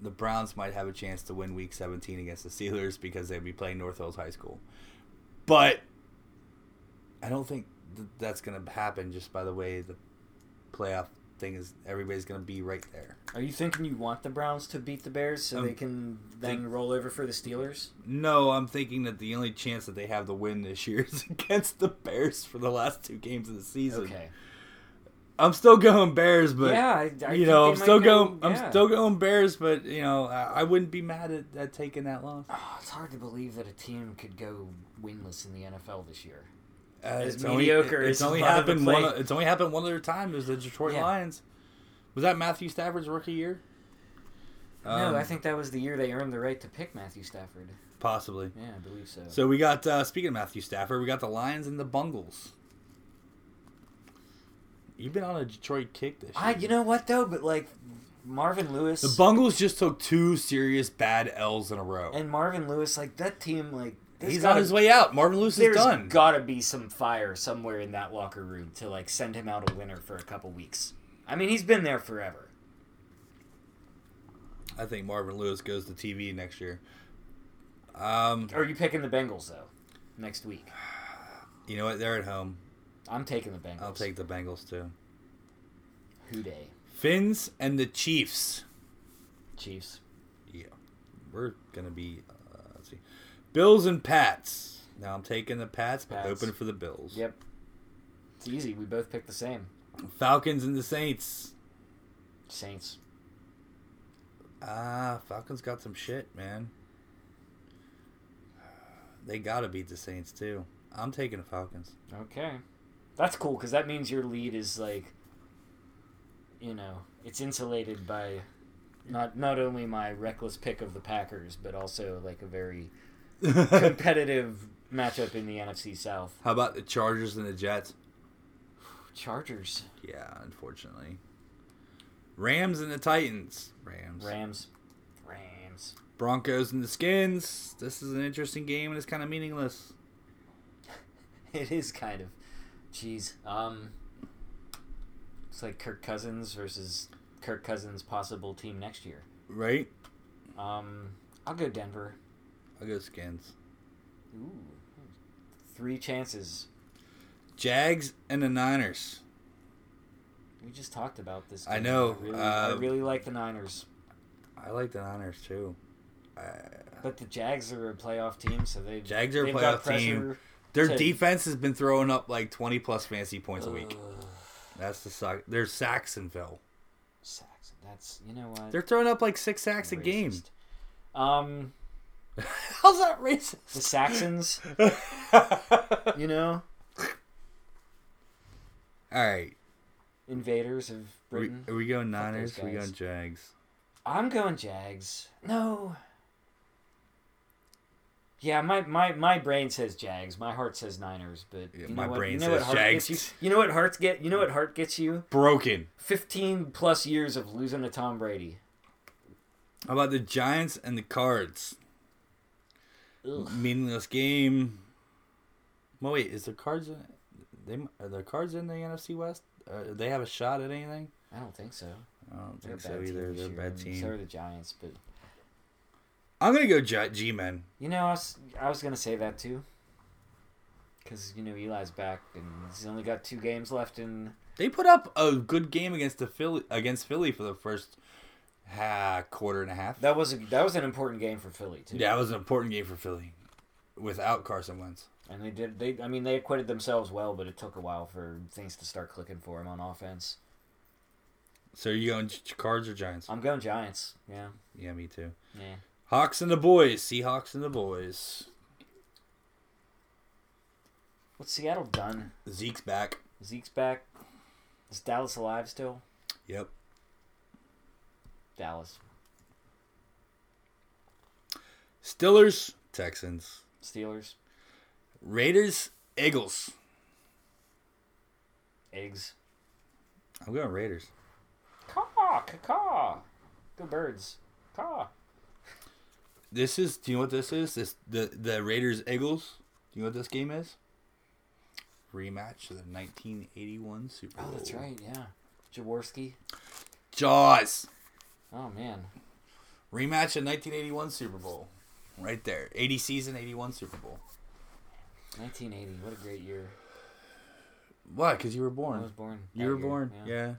the Browns might have a chance to win Week 17 against the Steelers because they'd be playing North Hills High School, but I don't think th- that's going to happen just by the way the playoff thing is. Everybody's going to be right there. Are you thinking you want the Browns to beat the Bears so Um, they can then think- roll over for the Steelers? No, I'm thinking that the only chance that they have to win this year is <laughs> against the Bears for the last two games of the season. Okay. I'm still going Bears, but yeah, I, I you think know, they I'm might still go- going. I'm yeah. still going Bears, but you know, I, I wouldn't be mad at, at taking that loss. Uh, Oh, it's hard to believe that a team could go winless in the NFL this year. Uh, it's mediocre Only, as it's only a lot of the happened one. play- It's only happened one other time. It was the Detroit Yeah. Lions. Was that Matthew Stafford's rookie year? Um, no, I think that was the year they earned the right to pick Matthew Stafford. possibly. Yeah, I believe so. So we got uh, speaking of Matthew Stafford, we got the Lions and the Bungles. You've been on a Detroit kick this year. I, you know what though, but like Marvin Lewis the Bungles just took two serious bad L's in a row. and Marvin Lewis, like that team, like there's He's on gotta- his way out. Marvin Lewis is There's done. gotta be some fire somewhere in that locker room to like send him out a winner for a couple weeks. I mean, he's been there forever. I think Marvin Lewis goes to TV next year. Um, Are you picking the Bengals though? Next week, you know what? They're at home. I'm taking the Bengals. I'll take the Bengals too. who day Finns and the Chiefs. Chiefs. Yeah, we're gonna be. Uh, let's see, Bills and Pats. Now I'm taking the Pats, but Pats. open for the Bills. Yep, it's easy. We both picked the same Falcons and the Saints. Saints. Ah, Falcons got some shit, man. They gotta beat the Saints too. I'm taking the Falcons. Okay, that's cool because that means your lead is like, you know, it's insulated by not not only my reckless pick of the Packers, but also like a very competitive matchup in the NFC South. How about the Chargers and the Jets? Chargers, Yeah, unfortunately. Rams and the Titans. Rams. Rams, Rams. <laughs> Broncos and the Skins. This is an interesting game and it's kind of meaningless. It is kind of, jeez. Um, it's like Kirk Cousins versus Kirk Cousins' possible team next year. Right? Um, I'll go Denver. I'll go Skins. Ooh, three chances. Jags and the Niners. We just talked about this. I game. know, I really, I uh, really like the Niners, I like the Niners too. but the Jags are a playoff team, so they Jags are a they've got playoff team. pressure. Their Ten. defense has been throwing up like 20 plus fantasy points a week. That's the suck. They're Saxonville. Saxon. That's you know what. They're throwing up like six sacks a Racist. game. Um, How's that racist? <laughs> the Saxons. you know, All right. invaders of Are we, Britain. are we going Fuck Niners? those Are we guys. going Jags? I'm going Jags. No. Yeah, my, my, my brain says Jags. My heart says Niners, but Yeah, you know my what? brain you know what says heart Jags. Gets you? you know what hearts get? You know what heart gets you? Broken. Fifteen plus years of losing to Tom Brady. How about the Giants and the Cards? Ugh. Meaningless game. Well, wait, is the Cards in, they are the Cards in the NFC West? Uh, they have a shot at anything? I don't think so. I don't They're a think bad so team either. this They're a year. I bad mean, team. So are the Giants, but I'm gonna go Gi- G-Men. You know, I was, I was gonna say that too. Because you know Eli's back, and he's only got two games left. And They put up a good game against the Philly against Philly for the first uh, quarter and a half. that was a, that was an important game for Philly too. yeah, it was an important game for Philly without Carson Wentz. And they did. They, I mean, they acquitted themselves well, but it took a while for things to start clicking for him on offense. So you going G- Cards or Giants? I'm going Giants. Yeah, Yeah, me too. yeah. Hawks and the boys. Seahawks and the boys. What's Seattle done? Zeke's back. Zeke's back. Is Dallas alive still? Yep. Dallas Stillers. Texans. Steelers Raiders. Eagles. eggs. I'm going Raiders. Caw, caw. Go birds. Caw. This is. Do you know what this is? This the the Raiders Eagles. Do you know what this game is? Rematch of the 1981 Super Bowl. Oh, that's right. Yeah, Jaworski. Jaws. Oh man. Rematch of 1981 Super Bowl. Right there. 80 season, 81 Super Bowl. 1980. What a great year. Why? Because you were I born. was born. You that were year, born. Yeah.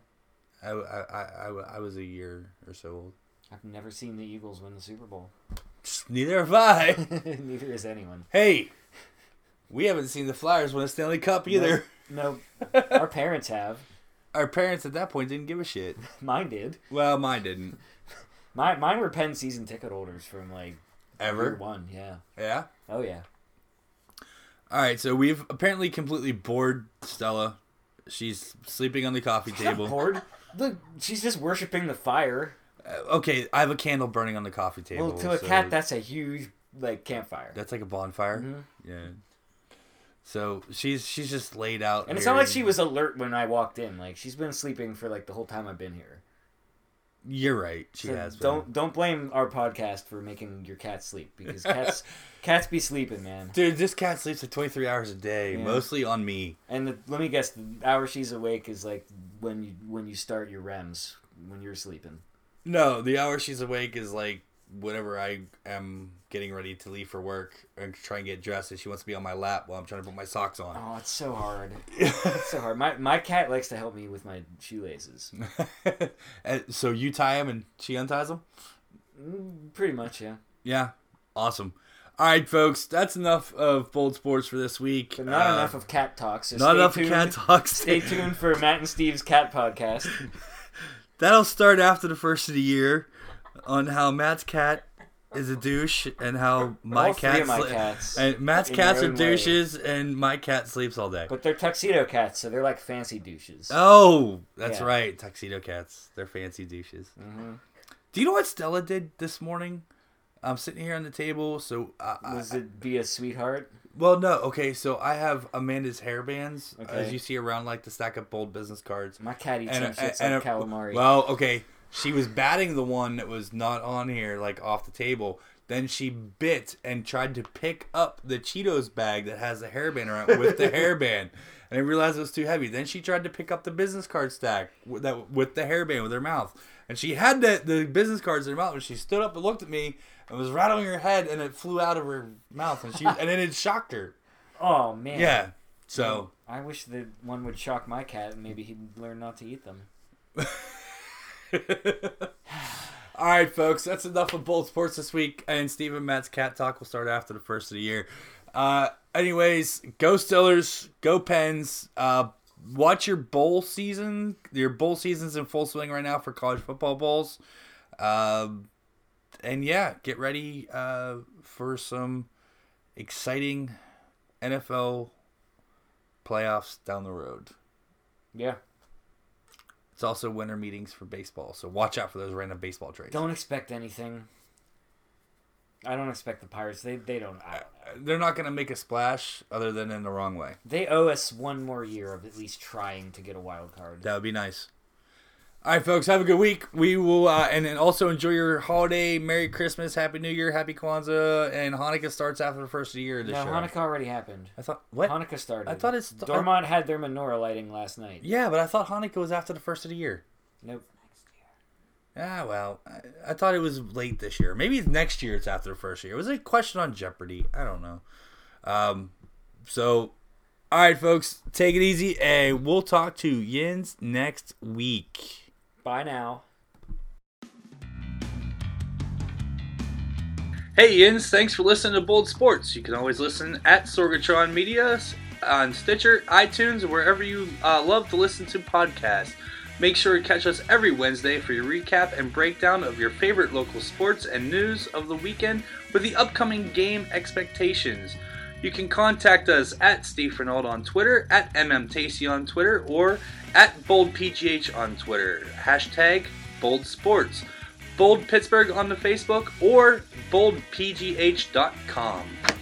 I, I, I, I, I was a year or so old. I've never seen the Eagles win the Super Bowl. <laughs> Neither have I. Neither is anyone. hey, we haven't seen the Flyers win a Stanley Cup either. No, <laughs> our parents have. Our parents at that point didn't give a shit. Mine did. Well, mine didn't. Mine, mine were Penn season ticket holders from like year Ever. one. Yeah. Yeah. Oh yeah. All right, so we've apparently completely bored Stella. She's sleeping on the coffee table. Bored. Look, she's just worshiping the fire. Uh, Okay, I have a candle burning on the coffee table. Well, to a so- cat, that's a huge like campfire. That's like a bonfire. Mm-hmm. Yeah. So she's she's just laid out. And it's here not like she was alert when I walked in. Like she's been sleeping for like the whole time I've been here. You're right. She So has. been. don't don't blame our podcast for making your cat sleep <laughs> because cats cats be sleeping, man. Dude, this cat sleeps for 23 hours a day, Yeah. mostly on me. And the, let me guess, the hour she's awake is like when you when you start your REMs when you're sleeping. No, the hour she's awake is like whenever I am getting ready to leave for work and try and get dressed, and she wants to be on my lap while I'm trying to put my socks on. Oh, it's so <laughs> hard. it's so hard. My my cat likes to help me with my shoelaces. <laughs> And so you tie him and she unties him. Pretty much, yeah. Yeah, awesome. All right, folks, that's enough of bold sports for this week. But not Uh, enough of cat talk. So Not stay enough tuned. cat talk. <laughs> Stay tuned for Matt and Steve's cat podcast. <laughs> That'll start after the first of the year on how Matt's cat is a douche and how my All three cat of my sli- cats and Matt's in their cats are own way. douches and my cat sleeps all day. But they're tuxedo cats, so they're like fancy douches. oh, that's Yeah. Mm-hmm. right. Tuxedo cats. They're fancy douches. Do you know what Stella did this morning? I'm sitting here on the table, so I, I- Was it be a sweetheart? well, no, okay. So I have Amanda's hair bands, as Okay. you see around like the stack of bold business cards. My cat eats some shits and like a- calamari. Well, okay. She was batting the one that was not on here, like off the table. Then she bit and tried to pick up the Cheetos bag that has the hairband around it <laughs> with the hairband, and I realized it was too heavy. Then she tried to pick up the business card stack with that with the hairband with her mouth, and she had the the business cards in her mouth. And she stood up and looked at me and was rattling her head, and it flew out of her mouth, and she and then it shocked her. oh man. Yeah. So I wish that one would shock my cat and maybe he'd learn not to eat them. All right, folks, that's enough of Bold Sports this week. And Steve and Matt's Cat Talk will start after the first of the year. Uh, anyways, go Stillers, go Pens. Uh, watch your bowl season. Your bowl season's in full swing right now for college football bowls. Um, and yeah, get ready uh, for some exciting NFL playoffs down the road. Yeah. It's also winter meetings for baseball, so watch out for those random baseball trades. Don't expect anything. I don't expect the Pirates. They they don't. I, they're not going to make a splash other than in the wrong way. they owe us one more year of at least trying to get a wild card. That would be nice. All right, folks, have a good week. We will, uh, and then also enjoy your holiday. Merry Christmas, Happy New Year, Happy Kwanzaa, and Hanukkah starts after the first of the year this No, year. Hanukkah already happened. I thought what? Hanukkah started. I thought it's- Dormont had their menorah lighting last night. Yeah, but I thought Hanukkah was after the first of the year. Nope. Ah, well, I, I thought it was late this year. Maybe it's next year. It's after the first year. It was a question on Jeopardy. I don't know. Um, so, all right, folks, take it easy, and we'll talk to Yins next week. Bye now. Hey Yins, thanks for listening to Bold Sports. You can always listen at Sorgatron Media on Stitcher, iTunes, and wherever you uh, love to listen to podcasts. Make sure to catch us every Wednesday for your recap and breakdown of your favorite local sports and news of the weekend with the upcoming game expectations. You can contact us at Steve Renault on Twitter, at MMTacy on Twitter, or at BoldPGH on Twitter. Hashtag Bold Sports. Bold Pittsburgh on the Facebook or boldpgh.com.